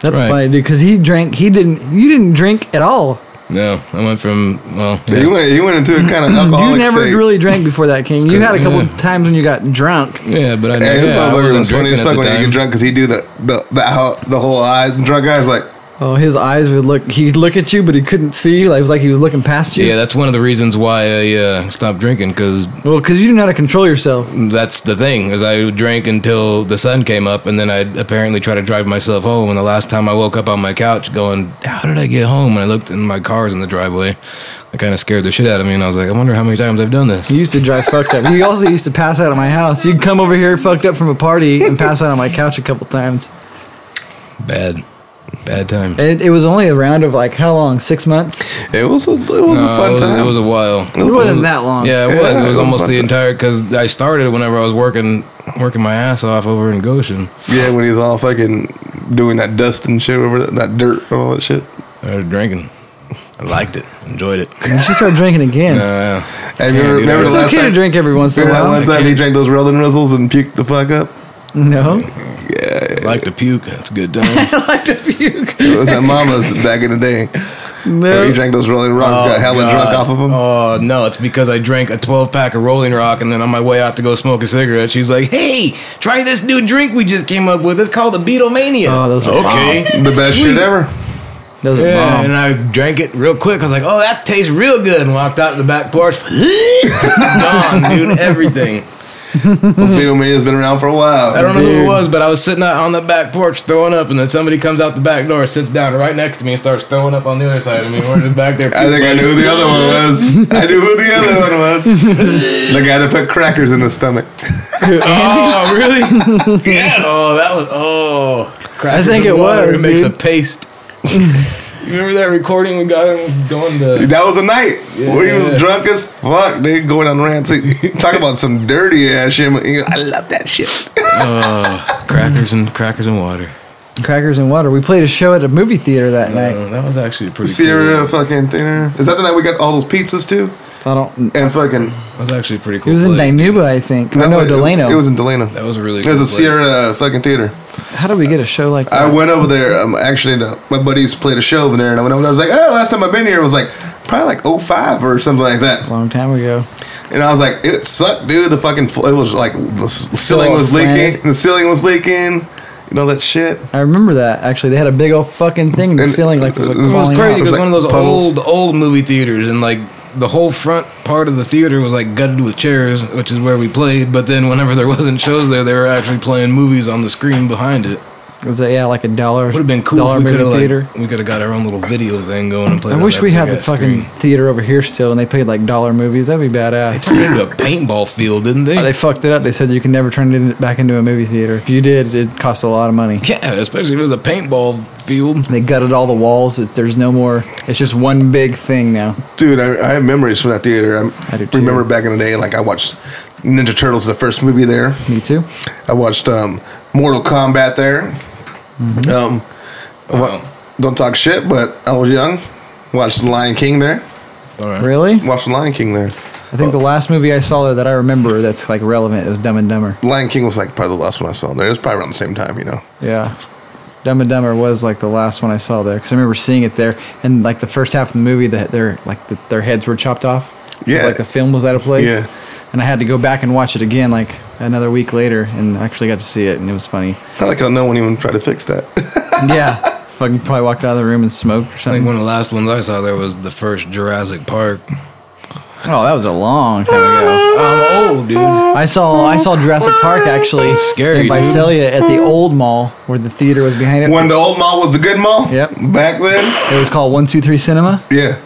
A: That's
C: Right.
A: funny, dude. Because he drank. He didn't. You didn't drink at all.
C: No, I went from well. yeah.
B: You went. You went into a kind of alcoholic
A: you never
B: state.
A: really drank before that, King. You had a couple
C: yeah.
A: times when you got drunk.
C: Yeah, but I,
B: Yeah,
C: yeah,
B: motherfucker
C: I wasn't
B: was funny
C: drinking
B: as
C: at
B: fuck
C: the
B: when he
C: time.
B: get drunk because he do the the the, how, the whole eyes drunk eyes like
A: Oh, his eyes would look. He'd look at you, but he couldn't see you. Like, it was like he was looking past you.
C: Yeah, that's one of the reasons why I uh, stopped drinking because
A: Well, because you didn't know how to control yourself.
C: that's the thing is I drank until the sun came up and then I'd apparently try to drive myself home and the last time I woke up on my couch going how did I get home and I looked and my car's in the driveway I kind of scared the shit out of me and I was like I wonder how many times I've done this
A: You used to drive fucked up. You also used to pass out at my house. You'd come over here fucked up from a party and pass out on my couch a couple times.
C: bad bad time
A: And it was only a round of like how long? Six months.
B: it was a it was a
C: No,
B: fun
C: Uh, it was,
B: time.
C: it was a while
A: It wasn't that long.
C: yeah it was
B: Yeah,
C: it
B: it was
C: was
B: a
C: almost
B: fun
C: the
B: time.
C: entire because I started whenever I was working working my ass off over in Goshen
B: yeah, when he's all fucking doing that dust and shit over that, that dirt and all that shit.
C: I started drinking I liked it enjoyed it
A: You should start drinking again.
C: Uh,
B: And you remember,
C: dude,
B: remember
A: it's
B: the last
A: okay
B: time,
A: to drink every once in a
B: Remember that
A: while.
B: one time he drank those Rollin' Rizzles and puked the fuck up.
A: No.
C: I like to puke that's a good time
B: It was at Mama's back in the day.
A: No.
B: He drank those Rolling Rocks, got hella
C: Oh, God.
B: drunk off of them.
C: Oh no, it's because I drank a 12 pack of Rolling Rock, and then on my way out to go smoke a cigarette, she's like, "Hey, try this new drink we just came up with. It's called the Beatlemania."
A: Oh, those are
C: okay.
B: The best shit ever.
A: Those are
C: Yeah,
A: bomb.
C: and I drank it real quick. I was like, "Oh, that tastes real good," and walked out the back porch. Gone, dude. Everything.
B: Feel me, it's been around for a while.
C: Mm-hmm. I don't know who
A: Dude.
C: it was, but I was sitting out on the back porch throwing up, and then somebody comes out the back door, sits down right next to me, and starts throwing up on the other side of me. We're just back there.
B: I think I knew who the other one was. I knew who the other one was. the guy that put crackers in his stomach.
C: Oh, really? yes. Oh, that was. Oh,
A: I think it
C: Water,
A: was.
C: It makes
A: dude.
C: a paste. you remember that recording we got him going to?
B: That was a night where he
C: Yeah.
B: was drunk as fuck, dude, going on rants. Talk about some dirty ass shit. I love that shit.
C: Oh, crackers and crackers and water.
A: Crackers and water. We played a show at a movie theater that night.
C: Oh, that was actually pretty.
B: Sierra
C: Cool.
B: fucking thinner. Is that the night we got all those pizzas too?
A: I don't.
B: And fucking.
C: That was actually pretty cool.
A: It was in
C: place.
A: Dinuba, I think.
B: that
A: I know
B: was-
A: Delano.
B: It was in Delano.
C: That was a really.
B: It was
C: cool
B: a
C: place.
B: Sierra fucking theater.
A: How did we get a show like that?
B: I went over there. Um, actually, the, my buddies played a show over there, and I went over there. I was like, "Oh, last time I've been here was like probably like 05 or something like that."
A: a long time ago.
B: And I was like, "It sucked, dude. The fucking fl- it was like the s- ceiling
A: all
B: was
A: slanted.
B: leaking. The ceiling was leaking. You know that shit."
A: I remember that actually. They had a big old fucking thing in the
B: And-
A: ceiling, like Oh, was like
B: it was
A: falling
C: It was crazy
A: out.
B: It was
C: because
B: like
C: one of those
B: puddles.
C: old old movie theaters and like the whole front part of the theater was like gutted with chairs, which is where we played. But then whenever there wasn't shows there, they were actually playing movies on the screen behind it.
A: It was a, yeah, like a dollar.
C: Would have been cool.
A: Dollar
C: If we
A: movie
C: could have
A: theater.
C: like, we could have got our own little video thing going and played.
A: I
C: it on
A: wish
C: that
A: we
C: big
A: had the
C: ass
A: fucking
C: screen.
A: theater over here still, and they played like dollar movies. That'd be badass.
C: turned into a paintball field, didn't they?
A: They fucked it up. They said you can never turn it back into a movie theater. If you did, it cost a lot of money.
C: yeah, especially if it was a paintball field.
A: They gutted all the walls. It, there's no more. It's just one big thing now.
B: Dude, I, I have memories from that theater. I,
A: I do, too.
B: remember back in the day, like I watched Ninja Turtles, the first movie there.
A: Me too.
B: I watched um, Mortal Kombat there.
A: Mm-hmm.
B: Um, I wa-
C: Wow.
B: Don't talk shit, but I was young. Watched The Lion King there.
C: All right.
A: Really?
B: Watched The Lion King there.
A: I think the last movie I saw there that I remember that's like relevant is Dumb and Dumber.
B: The Lion King was like probably the last one I saw there. It was probably around the same time, you know.
A: Yeah. Dumb and Dumber was like the last one I saw there because I remember seeing it there and like the first half of the movie that their like the, their heads were chopped off.
B: Yeah.
A: Like the film was out of place.
B: Yeah.
A: And I had to go back and watch it again like another week later and actually got to see it and it was funny.
B: Not like I no one even tried to fix that.
A: yeah. Fucking probably walked out of the room and smoked or
C: I
A: something.
C: think one of the last ones I saw there was the first Jurassic Park.
A: Oh, that was a long time ago.
C: I'm old, dude.
A: I saw I saw Jurassic Park actually
C: Scary,
A: in
C: dude.
A: Visalia at the old mall where the theater was behind it.
B: when the old mall was the good mall.
A: Yep.
B: Back then.
A: It was called One Two Three Cinema.
B: Yeah.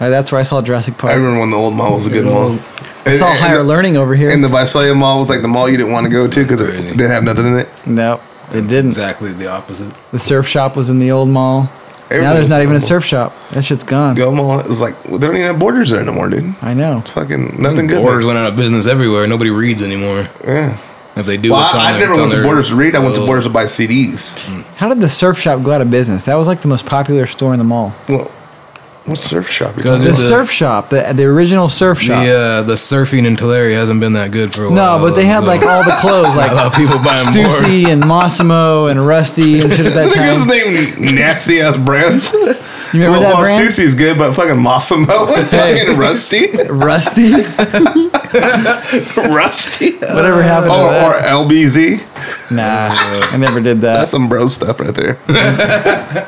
A: Uh, that's where I saw Jurassic
B: I
A: Park.
B: remember when the old mall was the good mall.
A: It's all
B: And- and
A: higher
B: the-
A: learning over here.
B: And the Visalia Mall was like the mall you didn't want to go to because it
C: Really?
B: didn't have nothing in it.
A: no, it didn't.
C: Exactly the opposite.
A: The surf shop was in the old mall. now
B: Everything
A: there's
B: was
A: not even a
B: horrible.
A: surf shop. That shit's gone.
B: The old mall is like well, they don't even have borders there no more, dude.
A: I know.
B: Fucking nothing good.
C: Borders
B: there.
C: went out of business everywhere. Nobody reads anymore.
B: Yeah.
C: If they do,
B: Well,
C: it's on
B: I, I
C: their-
B: never
C: it's on
B: went to
C: their-
B: Borders to read. I went to
C: Oh.
B: Borders to buy CDs.
A: How did the surf shop go out of business? That was like the most popular store in the mall.
B: Well, what surf shop? you
C: Because
A: The
B: talking
C: it's-
B: about?
C: The-
A: surf shop, the the original surf shop.
C: The uh, the surfing in Tulare hasn't been that good for a while.
A: no, but they had
C: so-
A: like all the clothes,
C: a lot
A: like
C: of people buying more.
A: Stussy and Massimo and Rusty and shit at
B: I
A: that
B: think it was
A: time.
B: the name nasty ass brands. You
A: remember
B: well,
A: that
B: well,
A: brand?
B: Stussy's good, but fucking Massimo and fucking Rusty,
A: Rusty,
B: Rusty,
A: whatever happened
B: oh,
A: to
B: or LBZ.
A: that? Nah, I never did
B: That's
A: that.
B: some bro stuff right there.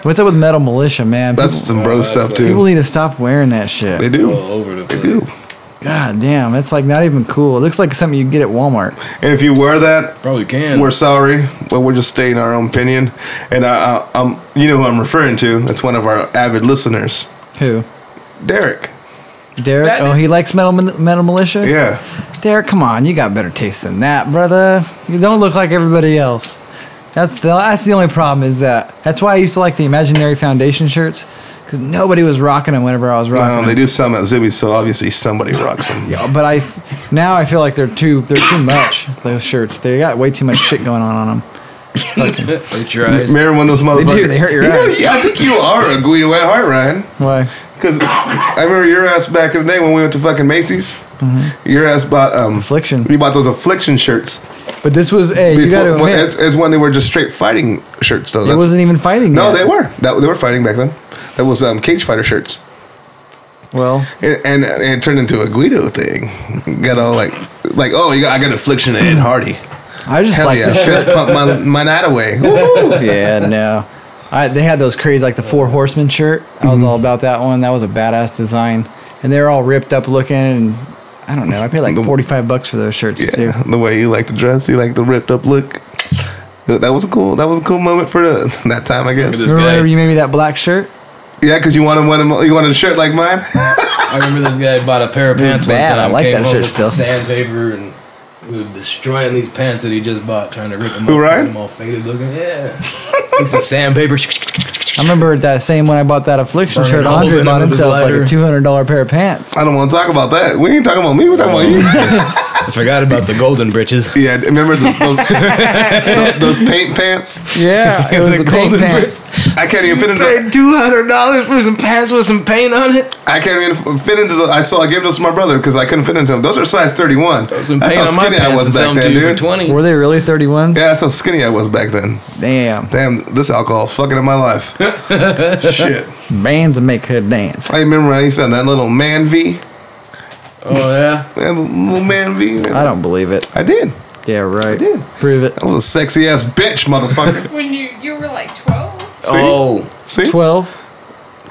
A: What's up with Metal Militia, man?
B: That's
A: people,
B: some bro stuff too.
A: people need to stop wearing that shit.
B: they
C: All
B: do.
C: over the
B: They
C: place.
B: do.
A: God damn, it's like not even cool. It looks like something you get at Walmart.
B: And if you wear that,
C: Probably can.
B: We're sorry, but we're just stating our own opinion. And I, I, I'm, you know who I'm referring to. That's one of our avid listeners,
A: Who?
B: Derek.
A: Derek?
C: That
A: oh,
C: is-
A: he likes metal, metal militia?
B: Yeah,
A: Derek, come on, you got better taste than that, brother. You don't look like everybody else. That's the that's the only problem is that that's why I used to like the Imaginary Foundation shirts because nobody was rocking them whenever I was rocking
B: um, they
A: them.
B: do some at Zuby, so obviously somebody rocks them.
A: But I s- now I feel like they're too they're too much those shirts. They got way too much shit going on on them.
C: Hurt your eyes.
B: Remember when those motherfuckers?
A: they hurt your
B: You know,
A: eyes.
B: yeah, I think you are a Guido at heart, Ryan.
A: Why?
B: Because I remember your ass back in the day when we went to fucking Macy's.
A: Mm-hmm.
B: Your ass bought um,
A: Affliction.
B: You bought those affliction shirts.
A: But this was hey, you got to
B: when-
A: admit
B: it's, it's when they were just straight fighting shirts, though.
A: it
B: That's-
A: wasn't even fighting.
B: No,
A: yet.
B: they were. That, they were fighting back then. That was um, cage fighter shirts.
A: Well,
B: and, and, and it turned into a Guido thing. Got all like, like oh, you got, I got affliction and Ed Hardy.
A: I just
B: Hell
A: like
B: yeah,
A: the shirt.
B: fist pump my, my night away. Woo!
A: yeah, no. I, they had those crazy like the four horsemen shirt. I was all about that one. That was a badass design, and they're all ripped up looking. And I don't know. I paid like
B: The-
A: forty five bucks for those shirts too.
B: Yeah, the way you like to dress, you like the ripped up look. That was a cool. That was a cool moment for the, that time, I guess.
C: Look at this.
A: Remember
C: guy-
A: you made me that black shirt?
B: Yeah, because you wanted one. of- You wanted a shirt like mine.
C: I remember this guy bought a pair of
A: It was
C: pants
A: bad.
C: one time.
A: I like
C: came
A: that
C: home
A: shirt
C: with some
A: still.
C: Sandpaper and was destroying these pants that he just bought, trying to rip them
B: Who,
C: up,
B: Ryan?
C: get them all faded looking. Yeah, piece of sandpaper.
A: I remember that same when I bought that affliction
C: Burning
A: shirt.
C: holes
A: Andre
C: in
A: bought
C: them with his
A: himself like
C: lighter.
A: a two hundred dollar pair of pants.
B: I don't want to talk about that. We ain't talking about me. We're talking about you.
C: I forgot about the golden britches.
B: Yeah, remember those, those, those paint pants?
A: Yeah, it was the, paint
C: golden
A: pants.
B: I can't even fit into.
C: two hundred dollars for some pants with some paint on it.
B: I can't even fit into. The, I saw. I gave those to my brother because I couldn't fit into them. Those are size thirty-one.
C: Some
B: that's
C: paint
B: how
C: on my
B: skinny
C: pants
B: I was
C: and
B: back
C: sell them
B: then,
C: to you for
B: dude.
C: twenty.
A: Were they really thirty ones?
B: Yeah, that's how skinny I was back then.
A: Damn,
B: Damn, this alcohol's fucking up my life. Shit.
A: bands that make hood dance.
B: I remember when I used to have that little man V.
C: Oh yeah,
B: That little man V.
A: I don't believe it.
B: I did.
A: Yeah, right.
B: did.
A: Prove it.
B: That was a sexy ass bitch, motherfucker.
D: When you you were like 12?
B: See?
C: oh,
B: See?
A: Twelve.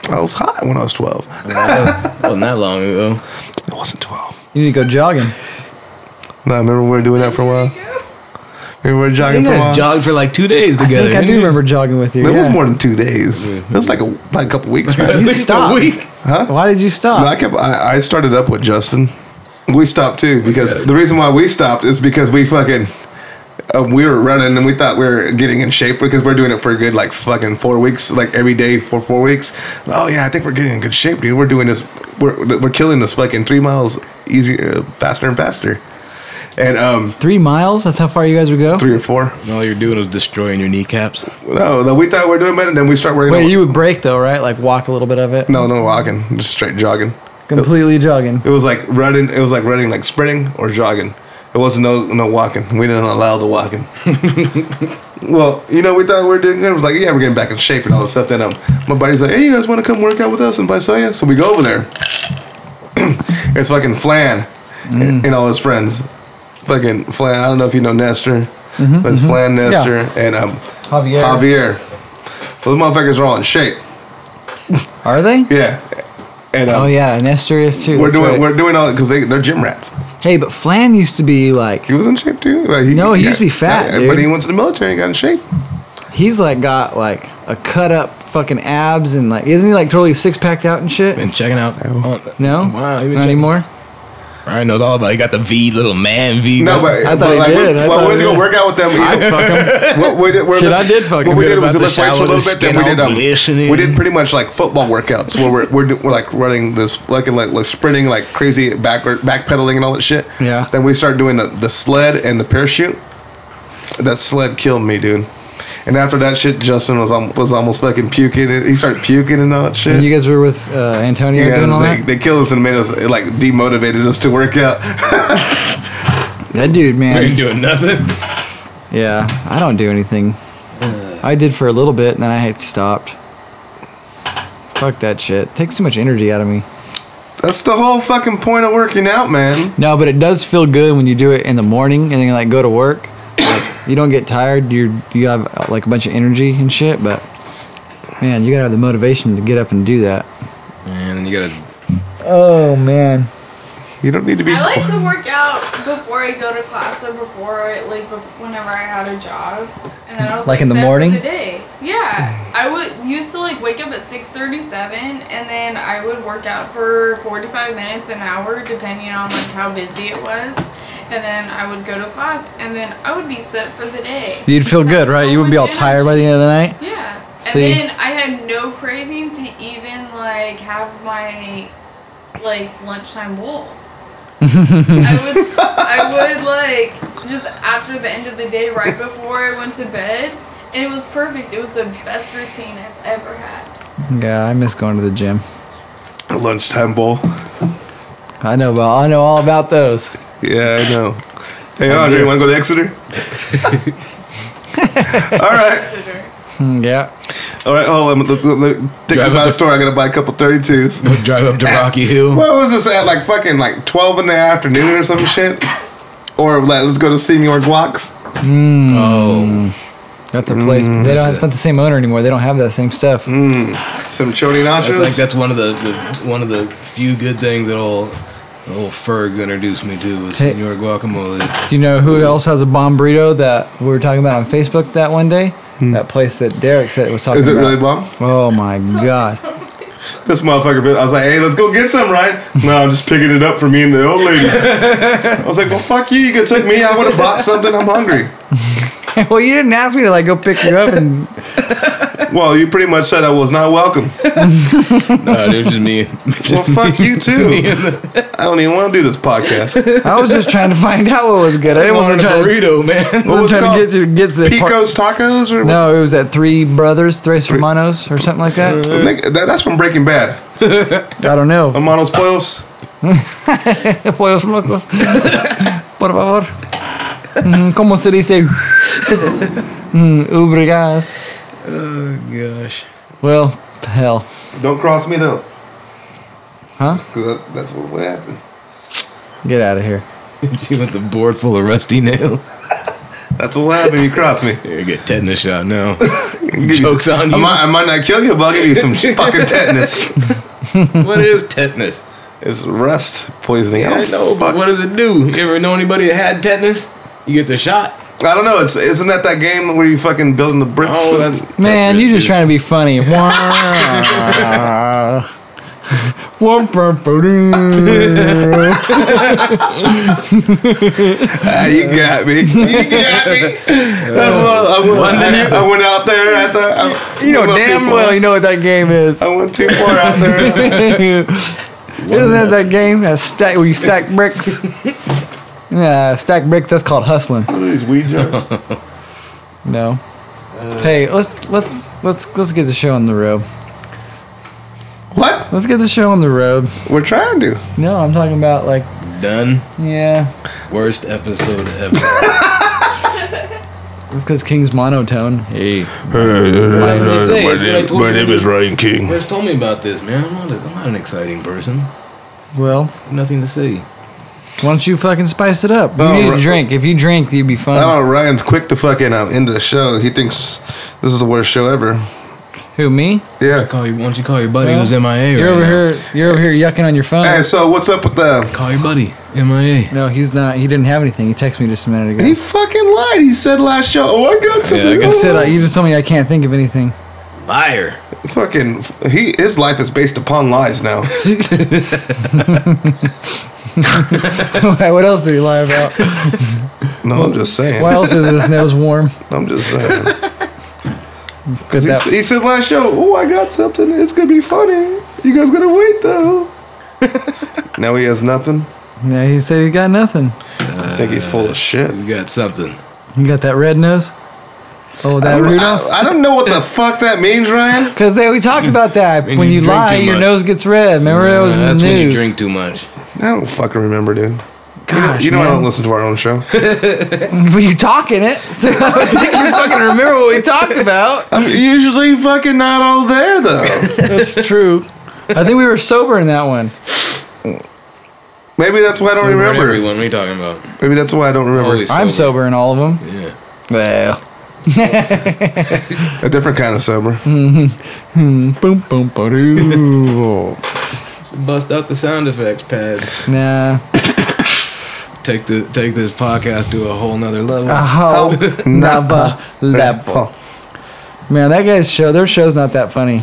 B: I was hot when I was 12.
C: wasn't that long ago.
B: It wasn't 12.
A: You need to go jogging.
B: No, I remember we were doing that for a while. We were
C: I
B: jogging for
C: think I
B: a
C: just
B: while.
C: jogged for like two days
A: I
C: together.
A: think I do
C: didn't you?
A: remember jogging with you.
B: It was
A: yeah.
B: more than two days. It was like a like a couple weeks.
C: At
B: Right?
A: You
C: least a
A: stopped.
C: week.
B: Huh?
A: Why did you stop?
B: No, I kept. I, I started up with Justin. We stopped too because the reason why we stopped is because we fucking. Uh, we were running and we thought we were getting in shape because we're doing it for a good like fucking four weeks, like every day for four weeks. Oh yeah, I think we're getting in good shape, dude. We're doing this. We're we're killing this fucking three miles easier, uh, faster and faster, and um
A: Three miles? That's how far you guys would go?
B: three or four.
C: And all you're doing is destroying your kneecaps.
B: No, no, we thought we were doing better. Then we start working.
A: Wait,
B: on-
A: you would break though, right? Like walk a little bit of it?
B: no no walking, just straight jogging.
A: Completely jogging.
B: It was like running. It was like running, like sprinting or jogging. It wasn't no no walking. We didn't allow the walking. well, you know, we thought we were doing good. It was like, yeah, we're getting back in shape and all this stuff. Then um, my buddy's like, hey, you guys want to come work out with us in Visalia? So we go over there. it's fucking Flan
A: Mm.
B: and, and all his friends. Fucking Flan. I don't know if you know Nestor,
A: Mm-hmm,
B: but it's Flan, Nestor, and um,
A: Javier.
B: Javier. Those motherfuckers are all in shape.
A: Are they?
B: Yeah. And um,
A: Oh yeah, Nestor is too.
B: we're
A: that's
B: doing
A: right.
B: we're doing all because they they're gym rats.
A: hey, but Flan used to be like
B: He was in shape too. Like,
A: No, he used to be fat,
B: But
A: dude.
B: he went to the military and got in shape.
A: he's like got like a cut up fucking abs and like isn't he like totally six packed out and shit?
C: Been checking out.
A: No?
C: Wow, he been
A: Not
C: checking-
A: anymore?
C: Ryan knows all about. It. He got the V, little man V.
B: No, but,
A: I thought
B: but
A: he
B: like,
A: did.
B: We,
A: I
B: well,
A: thought
B: we went
A: he
B: to go
A: did.
B: work out with them. I fuck him. What we did, we're-
A: Shit, I did fuck
B: What
A: him.
B: we did was
C: About
B: we lift
C: the
B: weights for a
C: shower,
B: little bit.
C: the
B: Then we did um,
C: skin all
B: we did pretty much like football workouts where we're, we're, do- we're like running this fucking like, like sprinting like crazy backward backpedaling and all that shit.
A: Yeah.
B: Then we started doing the, the sled and the parachute. That sled killed me, dude. And after that shit, Justin was al- was almost fucking puking. He started puking and all that shit.
A: And you guys were with uh, Antonio
B: Yeah,
A: doing all
B: they,
A: that?
B: they killed us and made us it, like demotivated us to work out.
A: that dude,
C: We
A: man.
C: ain't doing nothing.
A: Yeah, I don't do anything.
C: Uh.
A: I did for a little bit and then I had stopped. Fuck that shit. Takes so much energy out of me.
B: That's the whole fucking point of working out, man.
A: No, but it does feel good when you do it in the morning and then you, like go to work. Like, you don't get tired. You you have uh, like a bunch of energy and shit. But man, you gotta have the motivation to get up and do that.
C: And then you gotta.
A: Oh man.
B: You don't need to be.
D: I like to work out before I go to class or before, I- like, bef- whenever I had a job. And then I was
A: Like
D: like,
A: in the
D: set for
A: morning?
D: The day. Yeah, I would used to like wake up at six thirty-seven, and then I would work out for forty-five minutes an hour, depending on like how busy it was. And then I would go to class, and then I would be set for the day.
A: You'd feel good,
D: That's
A: right?
D: so
A: You would be all
D: much
A: tired by
D: energy.
A: the end of the night.
D: Yeah. And
A: See?
D: then I had no craving to even like have my like lunchtime bowl. I would I would like just after the end of the day, right before I went to bed, and it was perfect. It was the best routine I've ever had.
A: Yeah, I miss going to the gym.
B: A lunchtime bowl.
A: I know about I know all about those.
B: Yeah, I know. Hey, Andre, you want to go to Exeter? all right,
D: Consider.
A: Mm, Yeah.
B: all right. Hold on. Let's, let's, let take me
C: Drive
B: by
C: up
B: the
C: to-
B: store. I gotta buy a couple thirty twos.
C: We'll drive up to Rocky Hill.
B: What was this at? Like fucking like twelve in the afternoon or some shit. Or like, let's go to Senior Guacs.
C: Oh,
A: That's a place.
B: Mm,
A: but they don't.
C: that's
A: It's
C: it.
A: not the same owner anymore. They don't have that same stuff.
B: Some chili
C: I
B: nachos.
C: think that's one of the, the one of the few good things that old old Ferg introduced me to was
A: Hey.
C: Senor Guacamole.
A: Do you know who else has a bomb burrito that we were talking about on Facebook that one day? That place that Derek said was talking
B: Mm. Is it
A: about.
B: really bomb?
A: Oh my god.
B: This motherfucker. bit- I was like, hey, let's go get some, right? No, I'm just picking it up for me and the old lady. I was like, well, fuck you. You could took me. I would have bought something. I'm hungry.
A: well, you didn't ask me to like go pick you up and
B: Well, you pretty much said I was not welcome.
C: No, it was just me.
B: Well, fuck you too. I don't even want to do this podcast.
A: I was just trying to find out what was good. I didn't want to try to,
C: burrito, man.
B: What
A: wasn't
B: was it
A: trying to
B: called?
A: get to get to the part-
B: Pico's Tacos or
A: No, it was at Three Brothers, Tres Hermanos, or something like that.
B: I think that, that's from Breaking Bad.
A: I don't know.
B: Amano's Spoils.
A: Pollos locos. Por favor. Mm, ¿Cómo se dice? Mm, Obrigado.
C: Oh gosh.
A: Well, hell.
B: Don't cross me though.
A: Huh?
B: Because that, that's what, what happened.
A: Get out of here.
C: She went the board full of rusty nails.
B: That's what happened. You crossed me.
C: Here, get tetanus shot now.
B: Give you
C: Joke's
B: some-
C: on
B: I
C: you.
B: might, I might not kill you, but I'll give you some fucking tetanus.
C: what is tetanus?
B: It's rust poisoning. I
C: I
B: don't
C: know,
B: know.
C: but what does it do? You ever know anybody that had tetanus? You get the shot.
B: I don't know. It's isn't that that game where you fucking building the bricks?
C: Oh,
B: and-
C: that's
A: Man,
C: Tetris,
A: you're just
C: dude.
A: trying to be funny. Wah. Wah, bah, bah, doo.
B: Ah, you got me. You got me. That's what I, went, I, I went out there. I thought I,
A: you know
B: I went
A: damn
B: too far.
A: well you know what that game is.
B: I went too far out there.
A: Isn't that that game that stack where you stack bricks? Yeah, stack bricks. That's called hustling.
B: These weed jars.
A: No. Hey, let's let's let's let's get the show on the road.
B: What?
A: Let's get the show on the road.
B: We're trying to.
A: No, I'm talking about like
C: done.
A: yeah.
C: Worst episode ever.
A: It's because King's monotone. Hey,
C: Why did they say it? It's what I told you.
B: Ryan King.
C: First told me about this, man. I'm not, a, I'm not an exciting person.
A: well,
C: Nothing to say.
A: why don't you fucking spice it up? You
B: Oh,
A: need
B: right.
A: a drink. If you drink, you'd be
B: I
A: fine.
B: don't know. Ryan's quick to fucking um, end the show. He thinks this is the worst show ever.
A: Who me?
B: Yeah.
C: Call you, why don't you call your buddy
A: Well,
C: who's MIA
A: You're
C: right
A: over
C: now?
A: here. You're over here yucking on your phone.
B: Hey, so what's up with the?
C: Call your buddy MIA.
A: No, he's not. He didn't have anything. He texted me just a minute ago.
B: He fucking lied. He said last show. Oh, I got something.
C: I got
A: He said, uh, "You just told me I can't think of anything."
C: Liar.
B: fucking he his life is based upon lies now.
A: what else did he lie about?
B: No, I'm just saying.
A: Why else is his nose warm?
B: I'm just saying.
A: Good
B: He,
A: that-
B: s- he said last show, oh, I got something. It's gonna be funny. You guys gotta wait though. now he has nothing.
A: Yeah, he said he got nothing.
B: I think he's full of shit.
C: You got something.
A: You got that red nose? Oh, that Rudolph?
B: I, I don't know what the fuck that means, Ryan.
A: Because we talked about that.
C: When
A: when
C: you
A: you,
C: drink
A: lie,
C: too
A: your
C: much.
A: nose gets red. Remember that was in the
C: that's
A: news.
C: when you drink too much.
B: I don't fucking remember, dude.
A: Gosh,
B: you know I
A: man.
B: don't listen to our own show.
A: But you talk in it, so I don't think you fucking remember what we talked about.
B: I'm usually fucking not all there though.
A: That's true. I think we were sober in that one.
B: Maybe that's why I don't remember.
C: Everyone, what are you talking about?
B: Maybe that's why I don't remember.
C: Always
A: I'm sober in all of them.
C: Yeah.
A: Well,
B: A different kind of sober.
A: boom, boom, ba-doo.
C: Bust out the sound effects pad.
A: nah.
C: Take the take this podcast to a whole nother level.
A: A
B: Uh-huh.
A: whole nother level. Man, that guy's show, their show's not that funny.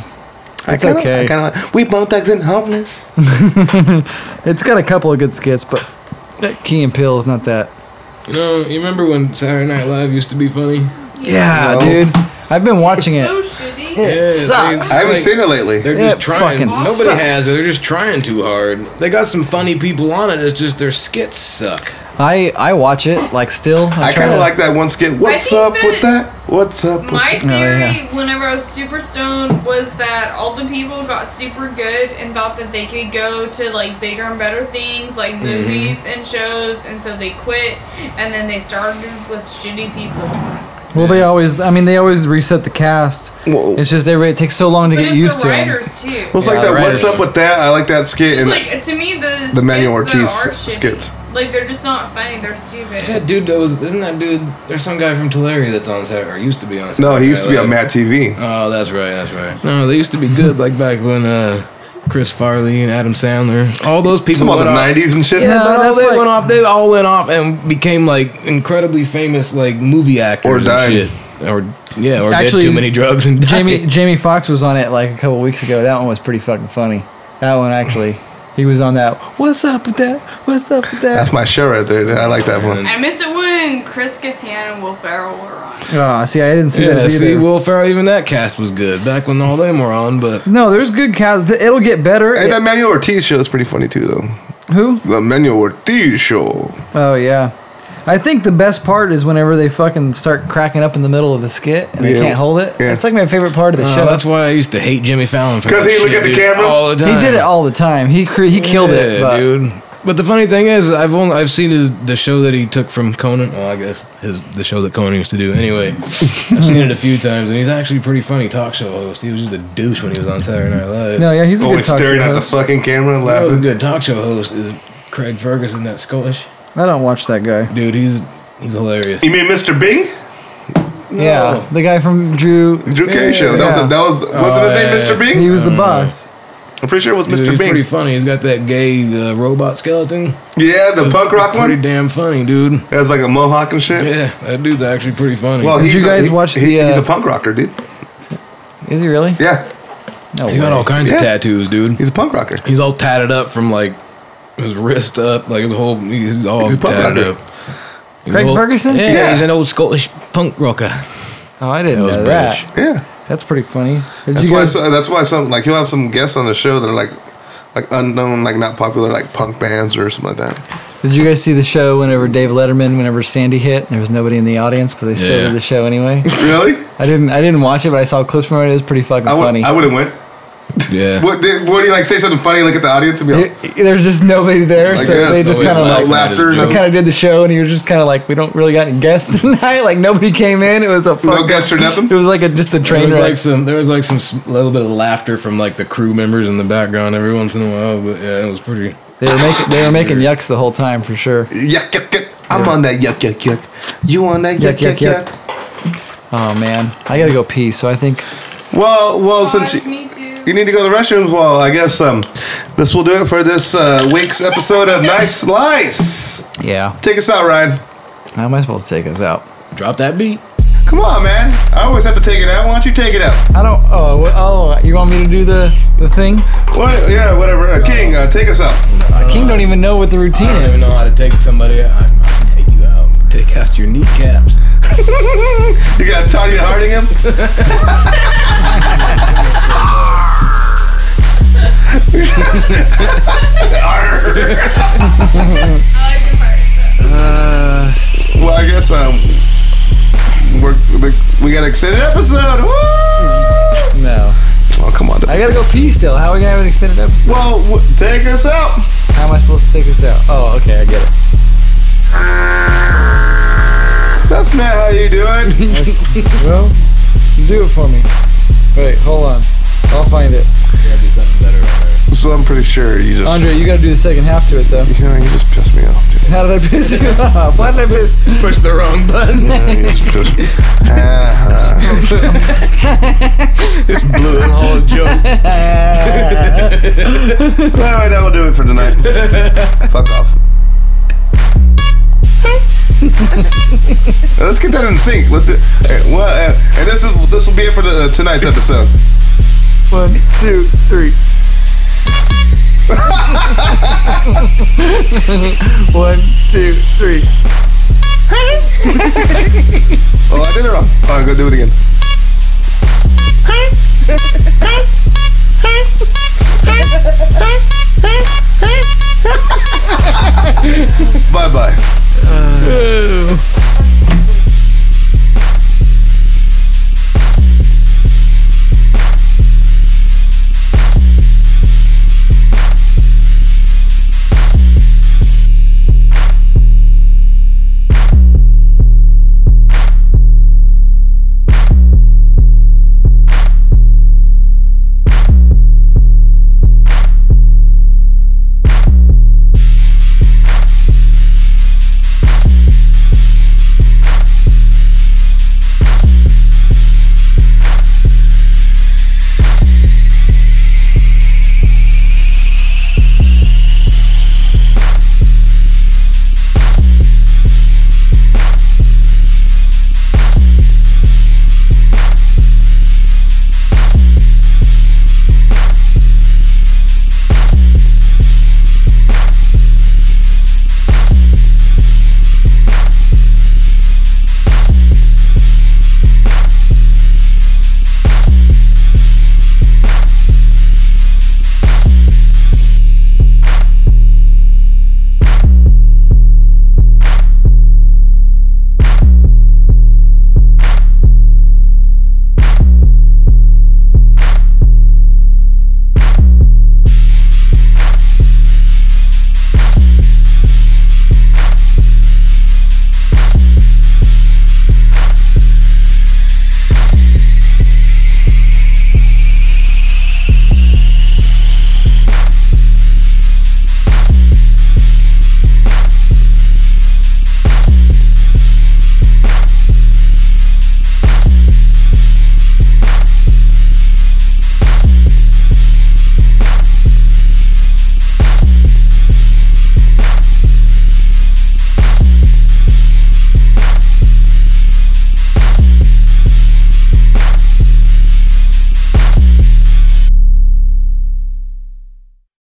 A: It's
B: I kinda,
A: okay.
B: I kinda, we Botox and homeless.
A: It's got a couple of good skits, but that Key and Pill is not that.
C: You know, you remember when Saturday Night Live used to be funny?
A: Yeah,
B: No.
A: dude. I've been watching it.
D: So shitty.
A: sucks.
B: I haven't
C: like-
B: seen it lately.
C: They're
A: It
C: just trying.
A: fucking
C: Nobody
A: sucks.
C: has it. They're just trying too hard. They got some funny people on it. It's just their skits suck.
A: I I watch it like still. I'm
B: I
A: trying
B: kind
A: to-
B: of like that one skit. What's
D: think
B: up with
D: that-
B: that? What's up with
D: My
A: No, yeah.
D: theory, whenever I was super stoned, was that all the people got super good and thought that they could go to like bigger and better things, like movies and shows, and so they quit, and then they started with shitty people.
A: Well, they always. I mean, they always reset the cast.
B: Whoa.
A: It's just everybody. It takes so long to
D: But
A: get
D: it's
A: used
D: the
A: to. 'em.
D: writers too.
B: Well, it's
A: Yeah,
B: like that.
A: right.
B: What's up with that? I like that skit
D: Just
B: and
D: like to me, the
B: the Manuel
D: skits, though,
B: Ortiz
D: are shitty.
B: skits.
D: Like they're just not funny. They're stupid.
C: That dude that was isn't that dude? There's some guy from Tulare that's on set or used to be on. set.
B: No, he used to be
C: Like-
B: on Mad TV.
C: Oh, that's right, that's right. No, they used to be good like back when uh, Chris Farley and Adam Sandler, all those people.
B: Some of the
C: went off-
B: '90s and shit.
C: Yeah, but all
A: that's
C: they
A: like-
C: went off. They all went off and became like incredibly famous, like movie actors
B: Or
C: and
B: died.
C: shit. Or yeah, or
A: Actually,
C: did too many drugs and died.
A: Jamie Jamie Fox was on it like a couple weeks ago. That one was pretty fucking funny. That one actually, he was on that. What's up with that? What's up with that?
B: That's my show right there. I like that one.
D: I miss it when Chris Kattan and Will Ferrell were on.
A: Oh, see, I didn't see
C: Yeah,
A: that
C: see,
A: either.
C: Will Ferrell, even that cast was good back when all them were on. But
A: no, there's good cast. It'll get better.
B: Hey, that
A: It-
B: Manuel Ortiz show is pretty funny too, though.
A: who?
B: The Manuel Ortiz show.
A: Oh yeah. I think the best part is whenever they fucking start cracking up in the middle of the skit and they
B: Yeah.
A: can't hold it.
B: Yeah.
A: It's like my favorite part of the
C: uh,
A: show.
C: that's why I used to hate Jimmy Fallon for
B: 'Cause
C: that
B: he'd look
C: shit,
B: at the
C: dude,
B: camera?
C: all the time.
A: he did it all the time. He cre- he killed it.
C: Yeah,
A: But
C: dude. But the funny thing is, I've only I've seen his the show that he took from Conan. Well, I guess his the show that Conan used to do. Anyway, I've seen it a few times, and he's actually a pretty funny talk show host. He was just a douche when he was on Saturday Night Live.
A: No, yeah, he's a good
B: Always
A: talk
B: staring
A: show
B: at the
A: host.
B: fucking camera and
C: that was a
B: laughing.
C: good talk show host is Craig Ferguson, that Scottish
A: I don't watch that guy.
C: dude. He's he's hilarious.
B: You mean Mr. Bing?
A: Yeah, the guy from Drew.
B: Drew Carey show. That was
A: Yeah.
B: a, that was wasn't
C: Oh, yeah,
B: his
C: yeah.
B: name Mr. Bing?
A: He was the boss.
B: I'm pretty sure it was
C: Dude,
B: Mr.
C: he's
B: Bing.
C: pretty funny. He's got that gay uh, robot skeleton.
B: yeah, the punk rock
C: pretty
B: one.
C: damn funny, dude.
B: That's like a mohawk and shit.
C: Yeah, that dude's actually pretty funny.
B: Well,
A: Did
B: he's
A: you guys
B: a, he-
A: watch
B: he,
A: the,
B: He's
A: uh,
B: a punk rocker, dude.
A: Is he really?
B: Yeah,
A: No
C: he's got
A: way.
C: all kinds
B: Yeah.
C: of tattoos, dude.
B: he's a punk rocker.
C: He's all tatted up from like his wrist up, like his whole. He's all
B: He's a punk
C: tatted
B: rocker.
C: up. He's
A: Craig
C: old-
A: Ferguson?
C: Yeah,
B: Yeah.
C: he's an old Scottish punk rocker.
A: Oh, I didn't
C: That was
A: know
C: British.
A: that.
B: Yeah,
A: That's pretty funny. Did
B: that's
A: you
B: why.
A: guys?
B: so- that's why some like he'll have some guests on the show that are like like unknown, like not popular, like punk bands or something like that.
A: Did you guys see the show whenever Dave Letterman, whenever Sandy hit, and there was nobody in the audience, but they still
C: Yeah.
A: did the show anyway?
B: Really?
A: I didn't. I didn't watch it, but I saw clips from it. It was pretty fucking
B: I would.
A: funny.
B: I would have went.
C: Yeah.
B: What did? What do you like? Say something funny. Look at the audience and be like,
A: It- there's just nobody there,
B: Like,
A: so
B: yeah,
A: they
B: so
A: just
B: we
A: kind of
B: laugh
A: like
B: at laughter,
C: it,
B: no
A: they
C: dude.
A: kind of did the show, and you were just kind of like, we don't really got any guests tonight. Like nobody came in. It was a fuck.
B: no guests or nothing.
A: It was like a just a
C: There
A: train
C: was
A: wreck.
C: like some, there was like some s- little bit of laughter from like the crew members in the background every once in a while, but yeah, it was pretty.
A: they were making they were making yucks the whole time for sure.
B: Yuck yuck yuck. I'm on that yuck yuck yuck. You on that
A: Yuck, yuck,
B: yuck yuck
A: yuck.
B: yuck?
A: Oh man, I gotta go pee. So I think
B: Well, well, since
D: Pause,
B: you,
D: me too.
B: you need to go to the restrooms, well, I guess um, this will do it for this uh, week's episode of Nice Slice.
A: yeah.
B: Take us out, Ryan.
A: How am I supposed to take us out?
C: Drop that beat.
B: Come on, man. I always have to take it out. Why don't you take it out?
A: I don't. Oh, wh- oh, you want me to do the the thing?
B: What, yeah, whatever. Uh, King, uh, take us out.
A: King don't even know what the routine
C: I don't even
A: is.
C: know how to take somebody. out. I'm gonna take you out. Take out your kneecaps.
B: you got Tanya Harding him?
D: I like the part.
B: Well, I guess um, we're, we got an extended episode. Woo! Oh,
A: No,
B: come on.
A: I gotta go pee still. How are we gonna have an extended episode?
B: Well, w- take us out.
A: How am I supposed to take us out? Oh, okay, I get it.
B: That's not how you do it.
A: Well, do it for me. Wait, hold on. I'll find it.
C: There gotta be something better. out there.
B: so I'm pretty sure you just.
A: Andre, you gotta do the second half to it though.
B: You know, you just pissed me off, dude.
A: How did I piss you off? Why did I piss?
C: Push the wrong button.
B: You just pissed me. Uh-huh.
C: Just blew the whole joke.
B: All right, that will do it for tonight. Fuck off. Let's get that in sync. Let's do. Alright, well, uh, and this is this will be it for the, uh, tonight's episode.
A: One, two, three. One, two, three.
B: Oh, I did it wrong. All right, go do it again.